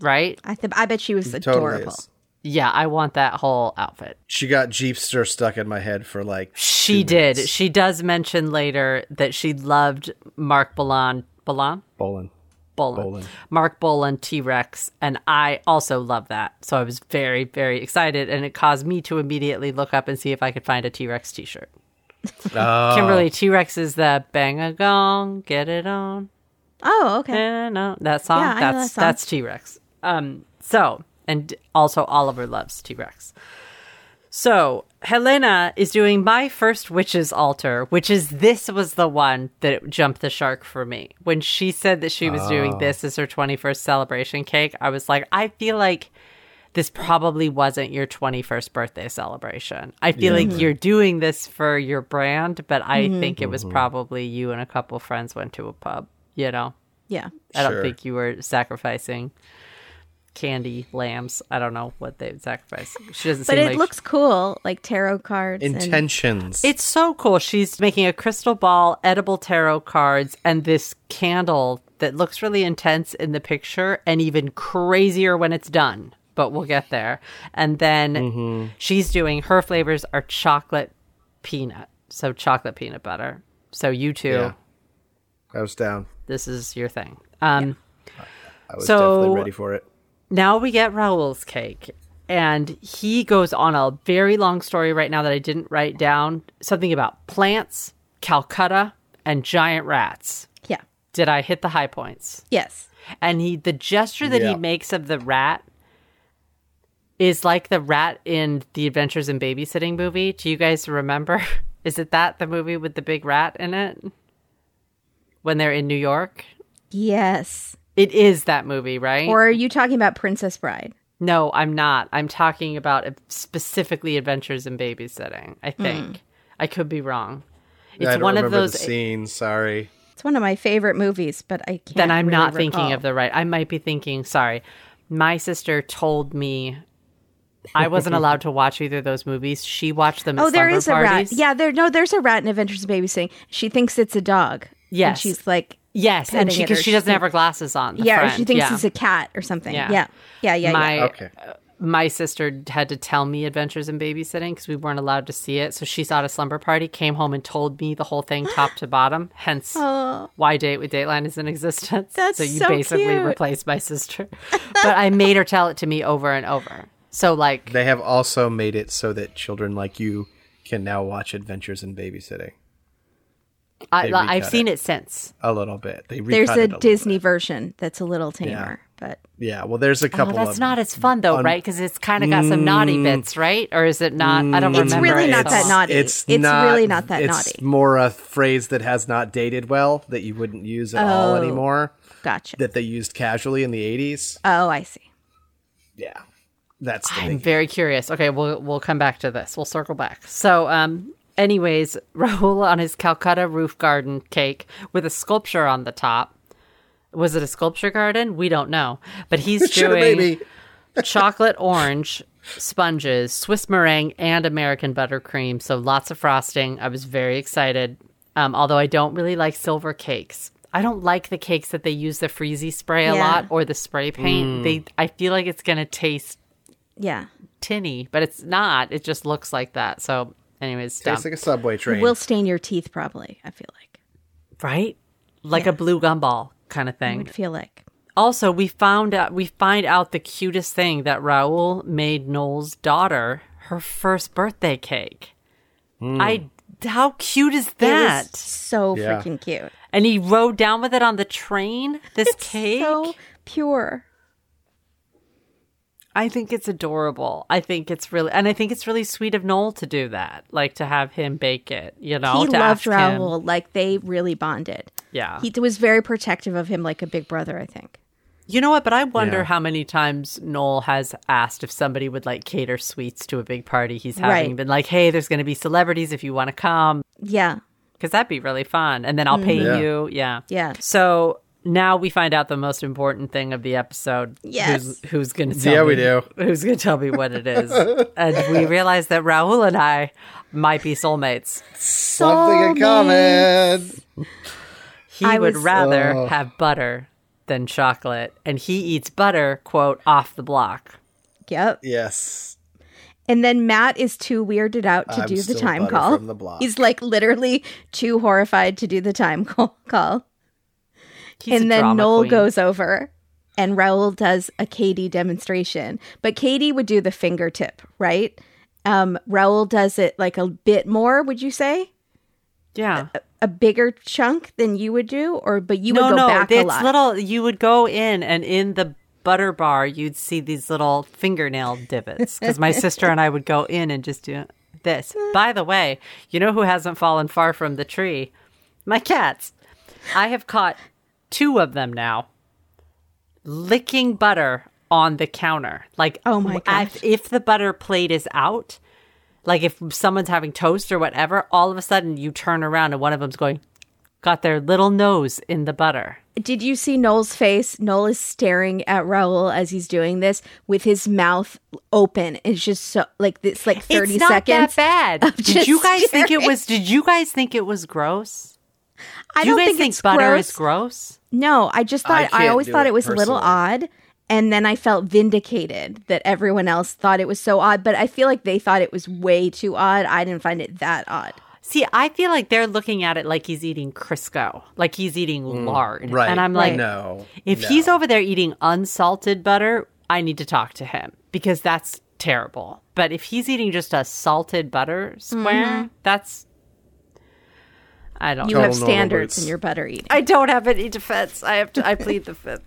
right? I th- I bet she was Totally. adorable. is. Yeah, I want that whole outfit. She got Jeepster stuck in my head for like. She did. She does mention later that she loved Mark Bolan. Bolan? Bolin. Bolan. Bolan. Mark Bolan T Rex. And I also love that. So I was very, very excited. And it caused me to immediately look up and see if I could find a T Rex t shirt. Kimberly, T Rex is the bang a gong, get it on. Oh, okay. eh, No, that song. Yeah, I know that's that song. that's T Rex. Um, so and also Oliver loves T Rex. So Helena is doing my first witch's altar, which is this was the one that jumped the shark for me when she said that she was doing this as her twenty first celebration cake. I was like, I feel like this probably wasn't your 21st birthday celebration. I feel like you're doing this for your brand, but I Mm-hmm. think it was probably you and a couple friends went to a pub, you know? Yeah. I don't Sure. think you were sacrificing candy lambs. I don't know what they would sacrifice. She doesn't But seem it like looks cool, like tarot cards. and, Intentions. it's so cool. She's making a crystal ball, edible tarot cards, and this candle that looks really intense in the picture and even crazier when it's done. But we'll get there. And then Mm-hmm. she's doing her flavors are chocolate peanut. So chocolate peanut butter. So you two, Yeah. I was down. this is your thing. Um I was So- definitely ready for it. now we get Raoul's cake. And he goes on a very long story right now that I didn't write down something about plants, Calcutta, and giant rats. yeah. Did I hit the high points? Yes. And he, the gesture that Yeah. he makes of the rat is like the rat in the Adventures in Babysitting movie. Do you guys remember? (laughs) Is it that the movie with the big rat in it? When they're in New York? Yes. It is that movie, right? Or are you talking about Princess Bride? no, I'm not. I'm talking about specifically Adventures in Babysitting, I Mm. think. I could be wrong. It's I don't one of remember those eh, the scenes. Sorry. It's one of my favorite movies, but I can't. then I'm really oh. not thinking recall. of the right. I might be thinking, sorry. My sister told me (laughs) I wasn't allowed to watch either of those movies. She watched them at Oh, there slumber is a rat. parties. Yeah, there. No, there's a rat in Adventures in Babysitting. She thinks it's a dog. And Yes. she's like, Yes, and petting she it, because or she doesn't she- have her glasses on. the yeah, or front, she thinks yeah. it's a cat or something. Yeah. Yeah, yeah, yeah, yeah. my Okay. uh, my sister had to tell me Adventures in Babysitting because we weren't allowed to see it. So she saw it at a slumber party, came home and told me the whole thing top to bottom. (gasps) Hence, why date with Dateline is in existence. That's so you so basically cute. replaced my sister, (laughs) but I made her tell it to me over and over. So like, They have also made it so that children like you can now watch Adventures in Babysitting I, they like, I've recut seen it since. a little bit. They There's recut a it little Disney version that's a little tamer, but bit. Yeah, well, there's a Oh, couple. that's of Mm. not as fun though, right? Because it's kind of got some naughty bits, right? Or is it not? I don't It's remember. really it not so that well. naughty. It's, It's not, really not that it's naughty. more a phrase that has not dated well that you wouldn't use at all Oh. anymore. gotcha. That they used casually in the '80s. oh, I see. Yeah, that's the I'm thing. very curious. Okay, we'll we'll come back to this. We'll circle back. So, um, anyways, (laughs) Rahul on his Calcutta roof garden cake with a sculpture on the top. Was it a sculpture garden? We don't know, but he's Shoulda doing (laughs) maybe. chocolate orange sponges, Swiss meringue, and American buttercream. So lots of frosting. I was very excited. Um, although I don't really like silver cakes. I don't like the cakes that they use the freezy spray a Yeah. lot or the spray paint. They, I feel like it's gonna taste Yeah, tinny, but it's not. It just looks like that. So, anyways, dumb. Tastes like a subway train. will stain your teeth probably. I feel like. right? Like a blue gumball kind of I thing. would feel like. Also, we found out we find out the cutest thing that Raul made Noel's daughter her first birthday cake. I how cute is It was that? so Yeah. freaking cute. and he rode down with it on the train. This cake. So pure. I think it's adorable. I think it's really, and I think it's really sweet of Noel to do that, like to have him bake it. You know, he to loved ask him. Raoul. Like they really bonded. Yeah, He was very protective of him, like a big brother. I think. You know what? But I wonder Yeah. how many times Noel has asked if somebody would like cater sweets to a big party he's having. Right. Been like, hey, there's going to be celebrities if you want to come, Yeah. because that'd be really fun. And then I'll pay Yeah. you. Yeah. Yeah. So now we find out the most important thing of the episode. Yes. Who's, who's going to tell Yeah, me, we do. Who's going to tell me what it (laughs) is. and we realize that Raul and I might be soulmates. Something in common. He I would was- rather Ugh. have butter than chocolate. And he eats butter, quote, off the block. Yep. Yes. And then Matt is too weirded out to I'm do the still time butter call. from the block. He's like literally too horrified to do the time (laughs) call. call. He's a and then drama Noel queen. goes over and Raoul does a Katie demonstration. But Katie would do the fingertip, right? Um, Raoul does it like a bit more, would you say? Yeah. A bigger chunk than you would do? Or but you would no, go no. back it's a lot. little. You would go in, and in the butter bar, you'd see these little fingernail divots. (laughs) Because my sister and I would go in and just do this. By the way, you know who hasn't fallen far from the tree? My cats. I have caught two of them now licking butter on the counter. Like, Oh my gosh. If, if the butter plate is out, like if someone's having toast or whatever, all of a sudden you turn around and one of them's going, got their little nose in the butter. Did you see Noel's face? Noel is staring at Raoul as he's doing this with his mouth open. It's just so like this like 30 it's not seconds. that bad. Did just you guys think it staring. was? Did you guys think it was gross? I Do you don't guys think, think, it's butter gross. is gross? No, I just I thought I, can't always do thought it it was a little odd. personally. And then I felt vindicated that everyone else thought it was so odd, but I feel like they thought it was way too odd. I didn't find it that odd. See, I feel like they're looking at it like he's eating Crisco, like he's eating lard, Right. And I'm like, Right. no. If no. he's over there eating unsalted butter, I need to talk to him because that's terrible. But if he's eating just a salted butter square, that's I don't. You know. Total have normal standards boots. in your butter eating. I don't have any defense. I have to. I plead the fifth.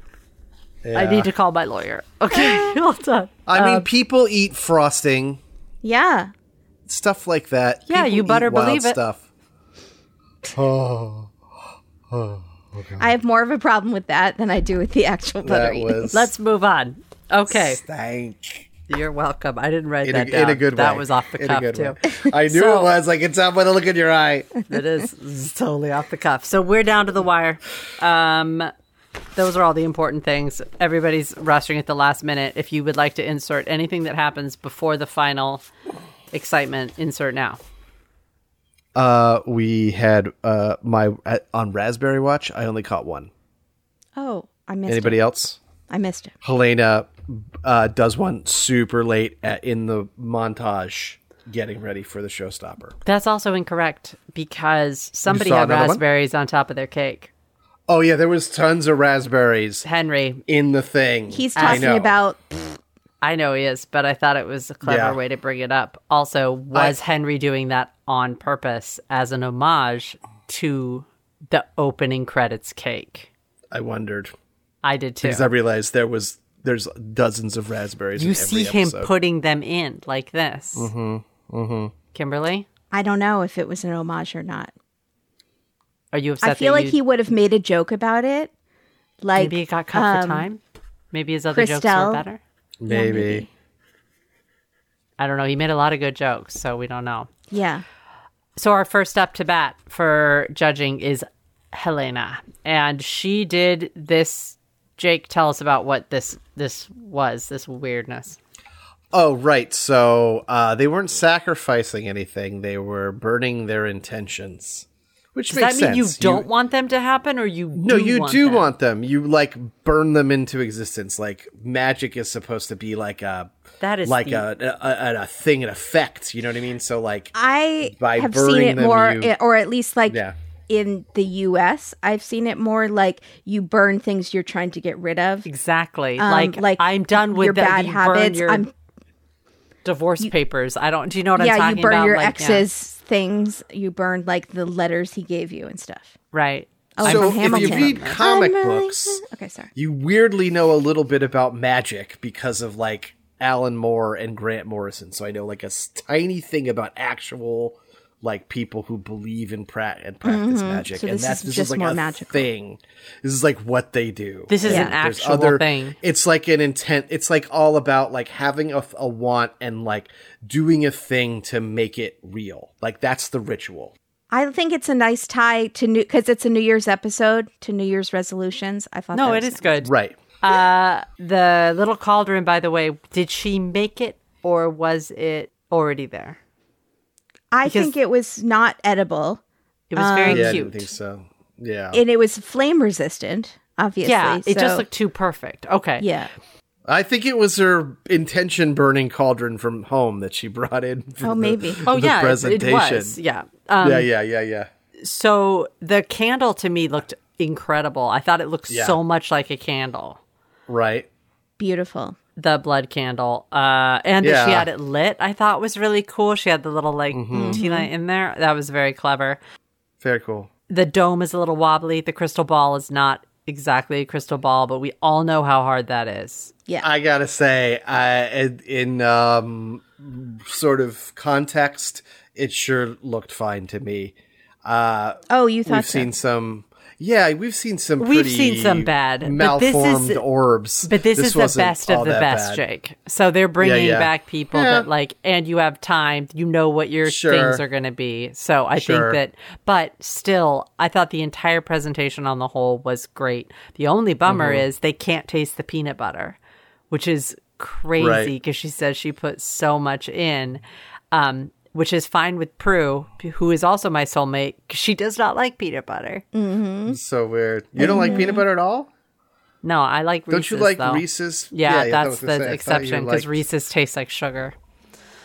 I (laughs) Yeah. need to call my (laughs) lawyer. Okay, hold on. I mean, people eat frosting. Yeah. stuff like that. Yeah, you eat better wild believe it. Stuff. Oh, I have more of a problem with that than I do with the actual butter That eating. was Let's move on. Okay, stank. you're welcome. I didn't write In that a, down. in a good way. That was off the In a cuff good too. way. I knew So- it was. I can tell by the look in your eye. It is (laughs) totally off the cuff. So we're down to the wire. Um, those are all the important things. Everybody's rostering at the last minute. If you would like to insert anything that happens before the final excitement, insert now. Uh, we had uh my uh, on Raspberry Watch. I only caught one. Oh, I missed it. Anybody else? I missed it. Helena uh, does one super late at, in the montage, getting ready for the showstopper. That's also incorrect because somebody saw had another one? raspberries on top of their cake. Oh yeah, there was tons of raspberries Henry, in the thing. He's I talking know. about I know he is, but I thought it was a clever Yeah. way to bring it up. Also, was Henry doing that on purpose as an homage to the opening credits cake? I wondered I did too. because I realized there was there's dozens of raspberries. You in see every him episode. putting them in like this. Mm-hmm. Mm-hmm. Kimberly, I don't know if it was an homage or not. are you upset? I feel that like you- he would have made a joke about it. Like maybe it got cut for um, time. Maybe his other jokes were Christelle. better. maybe. I don't know. He made a lot of good jokes, so we don't know. Yeah. So our first up to bat for judging is Helena, and she did this. Jake, tell us about what this this was. This weirdness. Oh right, so uh, they weren't sacrificing anything; they were burning their intentions, which Does makes that mean you sense. don't want them to happen, or you No, do you want do them? want them. You like burn them into existence. Like magic is supposed to be like a That is like the- a, a, a a thing, an effect. You know what I mean? So like, I By have burning seen it them, more, you- or at least like Yeah. in the U.S., I've seen it more like you burn things you're trying to get rid of. exactly Um, like, I'm done with your that. bad You burn habits. your- I'm divorce papers. I don't. Do you know what I'm yeah, talking you burn about? your Like, yeah. ex's things. You burn like the letters he gave you and stuff. right? Oh, So from if you Hamilton. read comic I'm really- books- okay, sorry. you weirdly know a little bit about magic because of like Alan Moore and Grant Morrison. So I know like a s- tiny thing about actual like people who believe in pra- and practice magic, So and this that's is this is just like more a magical. thing. This is like what they do. This is Yeah. an There's actual other- thing. It's like an intent. It's like all about like having a, a want and like doing a thing to make it real. Like that's the ritual. I think it's a nice tie to new because it's a New Year's episode to New Year's resolutions. I thought No, that it was is good. Right. Uh, the little cauldron, by the way, did she make it or was it already there? I Because- think it was not edible, It was very Um, Yeah, I didn't cute. think so. Yeah. and it was flame resistant. Obviously, yeah, it so- just looked too perfect. Okay. yeah. I think it was her intention burning cauldron from home that she brought in. For Oh, the- (laughs) maybe. Oh the yeah, it- presentation. it was. Yeah. Um, yeah, yeah, yeah, yeah. So the candle to me looked incredible. I thought it looked Yeah. so much like a candle, Right. Beautiful. the blood candle. Uh, and that she Yeah. had it lit. I thought was really cool. She had the little like Mm-hmm. tea Mm-hmm. light in there. That was very clever. Very cool. the dome is a little wobbly. The crystal ball is not exactly a crystal ball, but we all know how hard that is. Yeah. I gotta say, I in- in um, sort of context, it sure looked fine to me. Uh, oh, you thought we've so. seen some. Yeah, we've seen some. We've pretty seen some bad, but this is- malformed orbs. But this, is the wasn't best of all the that best, bad. Jake. So they're bringing yeah. back people Yeah. that like, and you have time. You know what your Sure. things are going to be. So I think Sure. that, but still, I thought the entire presentation on the whole was great. The only bummer Mm-hmm. is they can't taste the peanut butter, which is crazy Right. because she says she put so much in. Um, which is fine with Prue, who is also my soulmate. 'cause She does not like peanut butter. It's so weird. You don't like Mm-hmm. peanut butter at all? No, I like Reese's. don't you like though. Reese's? Yeah, I thought that's I was gonna the say, I thought you exception because liked- Reese's tastes like sugar.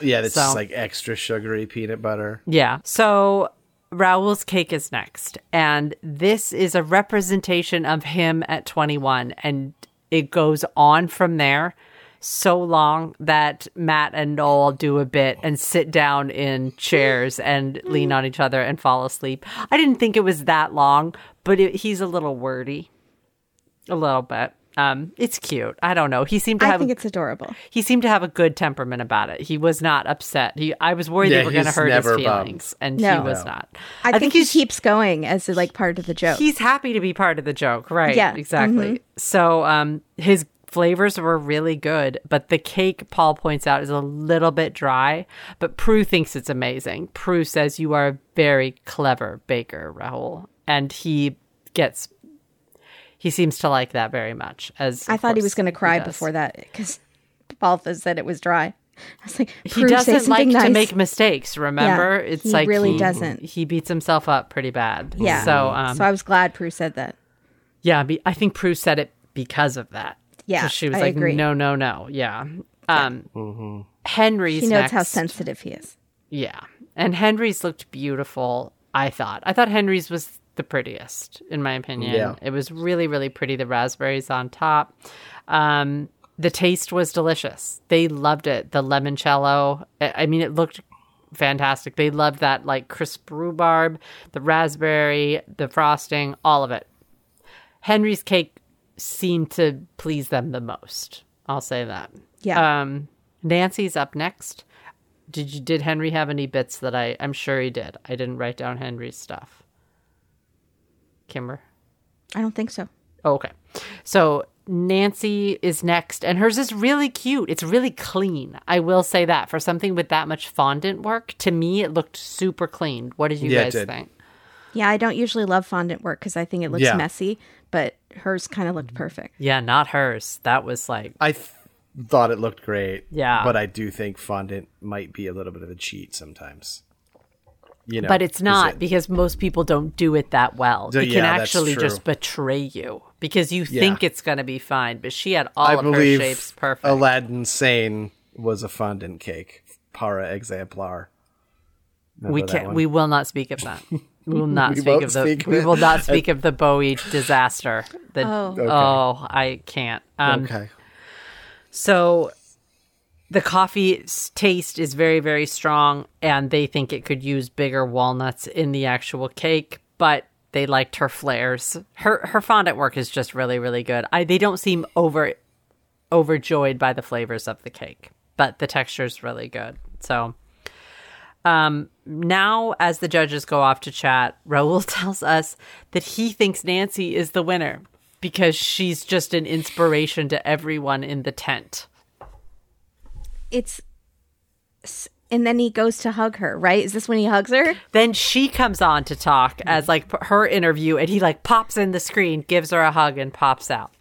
Yeah, that's just so- like extra sugary peanut butter. Yeah. So Raoul's cake is next. And this is a representation of him at 21. And it goes on from there so long that Matt and Noel do a bit and sit down in chairs and lean on each other and fall asleep. I didn't think it was that long, but it, he's a little wordy. A little bit. Um, it's cute. I don't know. He seemed to I have think it's adorable. he seemed to have a good temperament about it. He was not upset. He I was worried Yeah, they were going to he's hurt his never bummed. feelings, and No. he was No. not. I, think, he keeps going as like part of the joke. He's happy to be part of the joke, right? Yeah, mm-hmm. exactly. So um, his flavors were really good, but the cake, Paul points out, is a little bit dry. But Prue thinks it's amazing. Prue says you are a very clever baker, Rahul, and he gets. He seems to like that very much. As I of thought he course, was going to cry does. before that because Baltha said it was dry. I was like, he "Prue, say doesn't like something to nice." make mistakes. Remember, Yeah, it's he like really he, doesn't. He beats himself up pretty bad. Yeah. So, um, so I was glad Prue said that. yeah, be- I think Prue said it because of that. Yeah, 'Cause she was I like, agree. no, no, no. Yeah. Um, Henry's He knows next. how sensitive he is. yeah, and Henry's looked beautiful. I thought. I thought Henry's was the prettiest, in my opinion. Yeah. It was really, really pretty. The raspberries on top. Um, the taste was delicious. They loved it. The limoncello. I I mean, it looked fantastic. They loved that like crisp rhubarb, the raspberry, the frosting, all of it. Henry's cake seemed to please them the most. I'll say that. Yeah. Um, Nancy's up next. Did you did Henry have any bits that I? I'm sure he did. I didn't write down Henry's stuff. Kimber. I don't think so. Oh, okay. So Nancy is next, and hers is really cute. It's really clean. I will say that for something with that much fondant work, to me it looked super clean. What did you Yeah, it guys did. think? Yeah, I don't usually love fondant work because I think it looks Yeah. messy, but hers kind of looked perfect. Yeah, not hers. That was like I th- thought it looked great. Yeah. But I do think fondant might be a little bit of a cheat sometimes. You know, but it's 'cause not it- because most people don't do it that well. Yeah, it can that's actually true. just betray you because you Yeah. think it's going to be fine, but she had all I of her believe shapes perfect. Aladdin Sane was a fondant cake. Para exemplar. we Remember that can one? we will not speak of (laughs) that. We will not speak won't of the speak of we it. will (laughs) not speak of the Bowie disaster. The, Oh. oh. Okay. I can't. Um okay. So the coffee s- taste is very, very strong, and they think it could use bigger walnuts in the actual cake, but they liked her flares. Her her fondant work is just really, really good. I they don't seem over overjoyed by the flavors of the cake, but the texture is really good. So um, now, as the judges go off to chat, (laughs) Raul tells us that he thinks Nancy is the winner because she's just an inspiration to everyone in the tent. It's. s- And then he goes to hug her, right? Is this when he hugs her? Then she comes on to talk as like p- her interview, and he like pops in the screen, gives her a hug, and pops out.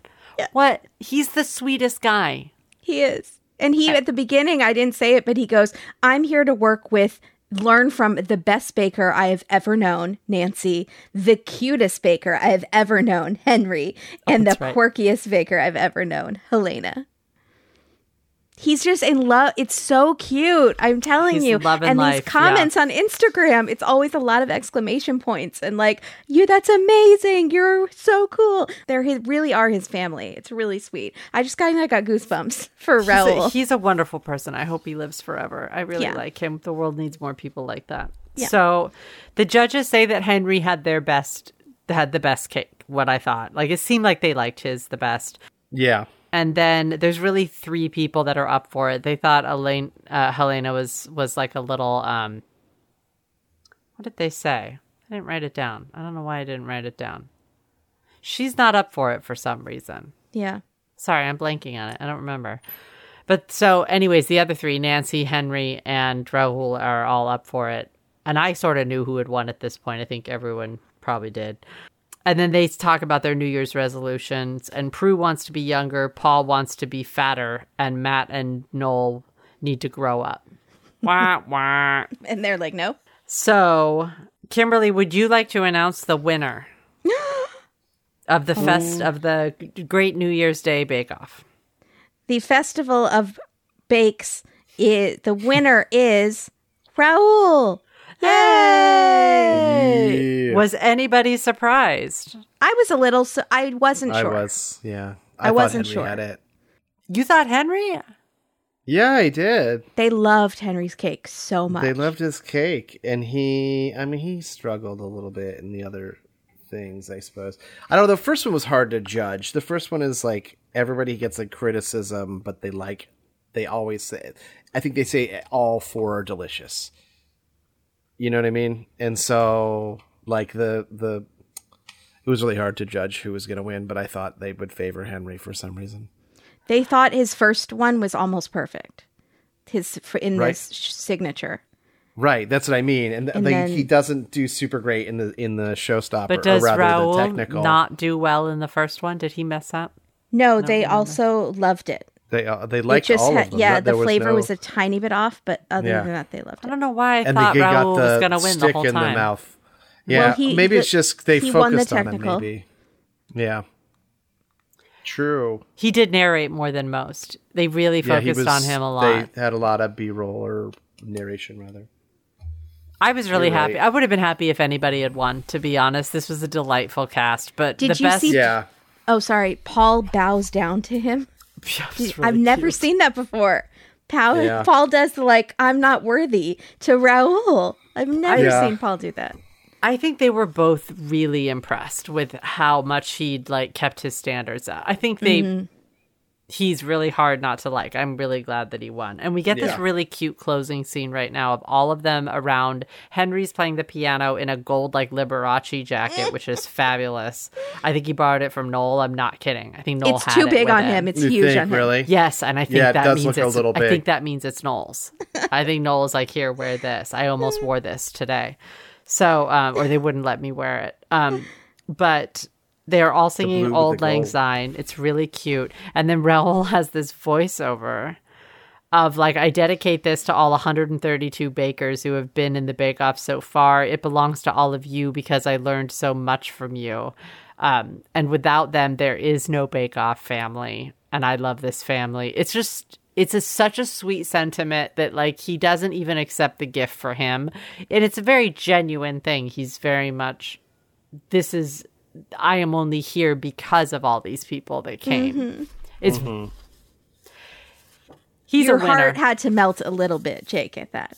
What? He's the sweetest guy. He is. And he, at the beginning, I didn't say it, but he goes, I'm here to work with, learn from the best baker I have ever known, Nancy, the cutest baker I have ever known, Henry, and the Oh, that's right. quirkiest baker I've ever known, Helena. He's just in love. It's so cute. I'm telling He's you. loving and life, these comments on Instagram, it's always a lot of exclamation points and like, you, that's amazing. You're so cool. They're his, really are his family. It's really sweet. I just kind of got goosebumps (laughs) for He's a, Raul. he's a wonderful person. I hope he lives forever. I really Yeah. like him. The world needs more people like that. So the judges say that Henry had their best had the best cake, what I thought. Like it seemed like they liked his the best. Yeah. And then there's really three people that are up for it. They thought Elaine uh, Helena was was like a little um what did they say? I didn't write it down. I don't know why I didn't write it down. She's not up for it for some reason. yeah. Sorry, I'm blanking on it. I don't remember. But so, anyways, the other three, Nancy, Henry, and Rahul, are all up for it. And I sort of knew who had won at this point. I think everyone probably did. And then they talk about their New Year's resolutions. And Prue wants to be younger, Paul wants to be fatter, and Matt and Noel need to grow up. (laughs) wah, wah. And they're like, no. So, Kimberly, would you like to announce the winner of the fest of the Great New Year's Day Bake Off? The festival of bakes is the winner is Raul. Yay! Yeah. Was anybody surprised? I was a little, so I wasn't I sure. was. Yeah. I thought wasn't Henry sure. Had it. You thought Henry? Yeah, I did. They loved Henry's cake so much. They loved his cake, and he. I mean, he struggled a little bit in the other things, I suppose. I don't know. The first one was hard to judge. The first one is like Everybody gets a criticism, but they like. They always say. I think they say all four are delicious. You know what I mean? And so, like the the, it was really hard to judge who was going to win, but I thought they would favor Henry for some reason. They thought his first one was almost perfect. His for- in Right. this sh- signature. Right, that's what I mean, and, th And like, then- he doesn't do super great in the in the showstopper, But does or rather the Raul technical. not do well in the first one? Did he mess up? No, they also loved it. they uh, they liked it just all had, of them. yeah, That- there the flavor no- was a tiny bit off, but other Yeah. than that, they loved I it. don't know why I and thought they got Raul was the going to win stick the whole in time. the mouth. Yeah, he- maybe the- it's just they he won the focused on it. technical. Maybe. Yeah. True. He did narrate more than most. They really yeah, focused he was, on him a lot. They had a lot of B-roll or narration rather. I was really You're happy. right. I would have been happy if anybody had won. To be honest, this was a delightful cast. But Did the you best, see- Yeah. Oh, sorry. Paul bows down to (laughs) him. Yeah, it was I've really never cute. seen that before. Paul, Yeah. Paul does the like, I'm not worthy to Raul. I've never Yeah. seen Paul do that. I think they were both really impressed with how much he'd like kept his standards up. I think they Mm-hmm. he's really hard not to like. I'm really glad that he won. And we get this Yeah. really cute closing scene right now of all of them around Henry's playing the piano in a gold like Liberace jacket, which is fabulous. I think he borrowed it from Noel. I'm not kidding. I think Noel it's had too it big with on him. It's You huge think on him. really? Yes, and I think Yeah, it that does means look a it's little I big. think that means it's Knowles. I think Knowles like here wear this. I almost wore this today, so um, or they wouldn't let me wear it. Um, but they are all blue singing with "Old the Lang gold. Syne." It's really cute, and then Raoul has this voiceover of like I dedicate this to all 132 bakers who have been in the Bake Off so far. It belongs to all of you because I learned so much from you. Um, and without them, there is no Bake Off family. And I love this family. It's just it's a, such a sweet sentiment that like he doesn't even accept the gift for him, and it's a very genuine thing. He's very much this is I am only here because of all these people that came. It's he's Your a winner. heart had to melt a little bit, Jake, at that.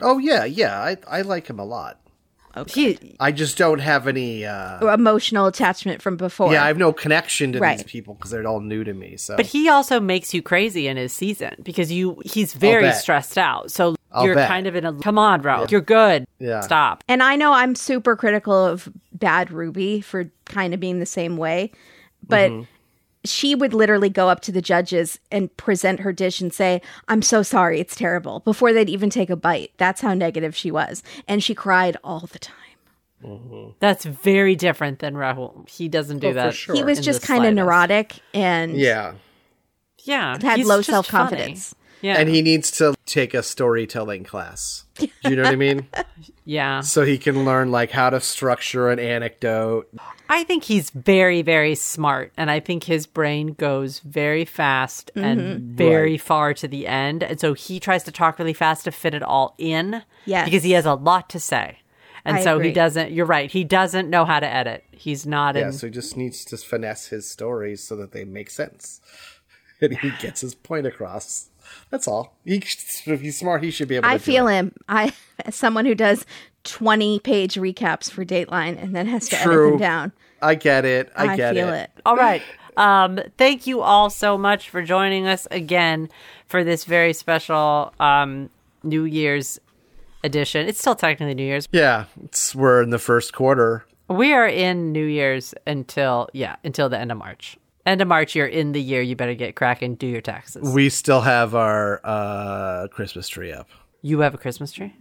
Oh yeah, yeah. I I like him a lot. He, I just don't have any uh Or emotional attachment from before. yeah, I have no connection to Right. these people because they're all new to me. So but he also makes you crazy in his season because you he's very bet. stressed out. So I'll you're bet. kind of in a come on, bro. You're good. Yeah. Stop. And I know I'm super critical of Bad Ruby for kind of being the same way, but she would literally go up to the judges and present her dish and say, I'm so sorry, it's terrible, before they'd even take a bite. That's how negative she was. And she cried all the time. That's very different than Rahul. He doesn't do Oh, for that. sure. He was in just the kind of slightest. neurotic and yeah. Yeah. had he's low just self confidence. funny. Yeah. And he needs to take a storytelling class. Do you know what (laughs) I mean? yeah. so he can learn like how to structure an anecdote. I think he's very, very smart, and I think his brain goes very fast Mm-hmm. and very far to the end. And so he tries to talk really fast to fit it all in. Yes. Because he has a lot to say. And I so agree. he doesn't you're right, he doesn't know how to edit. He's not Mm-hmm. Yeah, in so he just needs to finesse his stories so that they make sense, (laughs) and he gets his point across. That's all. He, if he's smart, he should be able. to I do feel it. him. I (laughs) as someone who does 20 page recaps for Dateline and then has to edit True. them down. I get it. I, I, get feel it. it. All right. Um, thank you all so much for joining us again for this very special um, New Year's edition. It's still technically New Year's. Yeah, it's, we're in the first quarter. We are in New Year's until yeah, until the end of March. End of March, you're in the year. You better get cracking. Do your taxes. We still have our uh, Christmas tree up. you have a Christmas tree?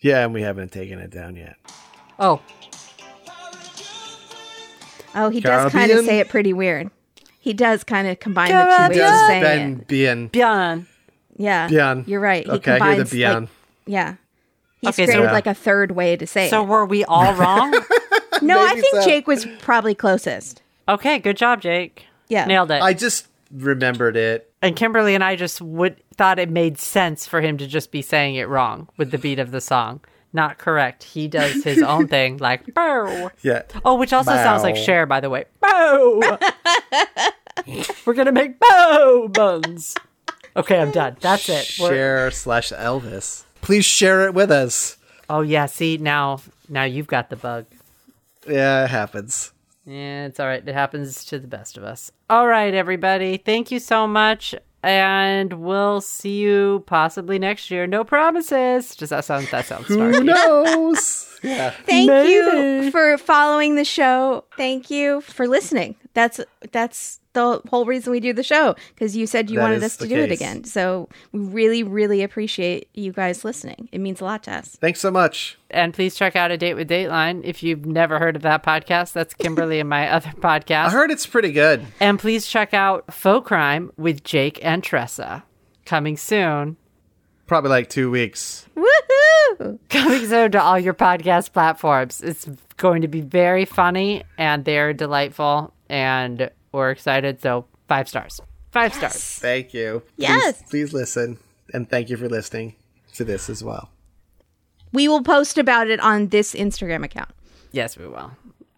Yeah, and we haven't taken it down yet. Oh, Oh, he does kind of Caribbean? say it pretty weird. He does kind of combine the two Caribbean. ways of Does saying Ben it. Bien. Bjorn. Yeah, Bien. you're right. He okay, I hear combines, like- the Bien. yeah, he's Okay, so- created Yeah. like a third way to say So were we (laughs) all wrong? it. No, I maybe think so. Jake was probably closest. okay, good job, Jake. Yeah. nailed it. I just remembered it. and Kimberly and I just would thought it made sense for him to just be saying it wrong with the beat of the song. Not correct. He does his own thing, like bow. Yeah. Oh, which also sounds like Bow. Cher, by the way. Bow. (laughs) We're gonna make bow buns. Okay, I'm done. That's it. We're- Share slash Elvis. Please share it with us. Oh yeah. See now, now you've got the bug. Yeah, it happens. Yeah, it's all right. It happens to the best of us. All right, everybody. Thank you so much. And we'll see you possibly next year. No promises. Does that sound that sounds Who snarky? knows? (laughs) yeah. Thank Maybe. you for following the show. Thank you for listening. That's that's the whole reason we do the show because you said you That wanted is us to the do it case. again. So we really, really appreciate you guys listening. It means a lot to us. Thanks so much. And please check out A Date with Dateline if you've never heard of that podcast. That's Kimberly and my other I podcast. heard it's pretty good. And please check out Faux Crime with Jake and Tressa. Coming soon. (laughs) Probably like two weeks. Woohoo! Coming soon to all your podcast platforms. It's going to be very funny and they're delightful and we're excited. So five stars. Five stars. Thank you. Yes. Please, please listen. And thank you for listening to this as well. We will post about it on this Instagram account. Yes, we will.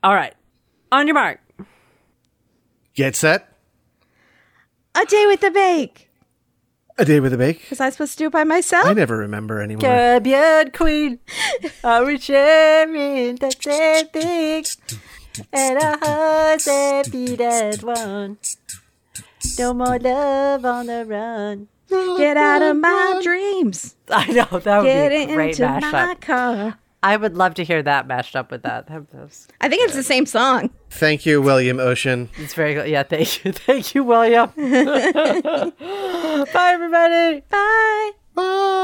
All right. On your mark. Get set. A day with the bake. A day with a bake. Was I supposed to do it by myself? I never remember anymore. Caribbean queen. Are we sharing the same thing? And our hearts that beat as one. No more love on the run. Get out of my dreams. (laughs) I know that would Get be a great into mashup. my car. I would love to hear that mashed up with that. That- that was- I think it's the same song. Thank you, William Ocean. It's very good. Yeah, thank you, (laughs) thank you, William. Bye, everybody. Bye. Bye.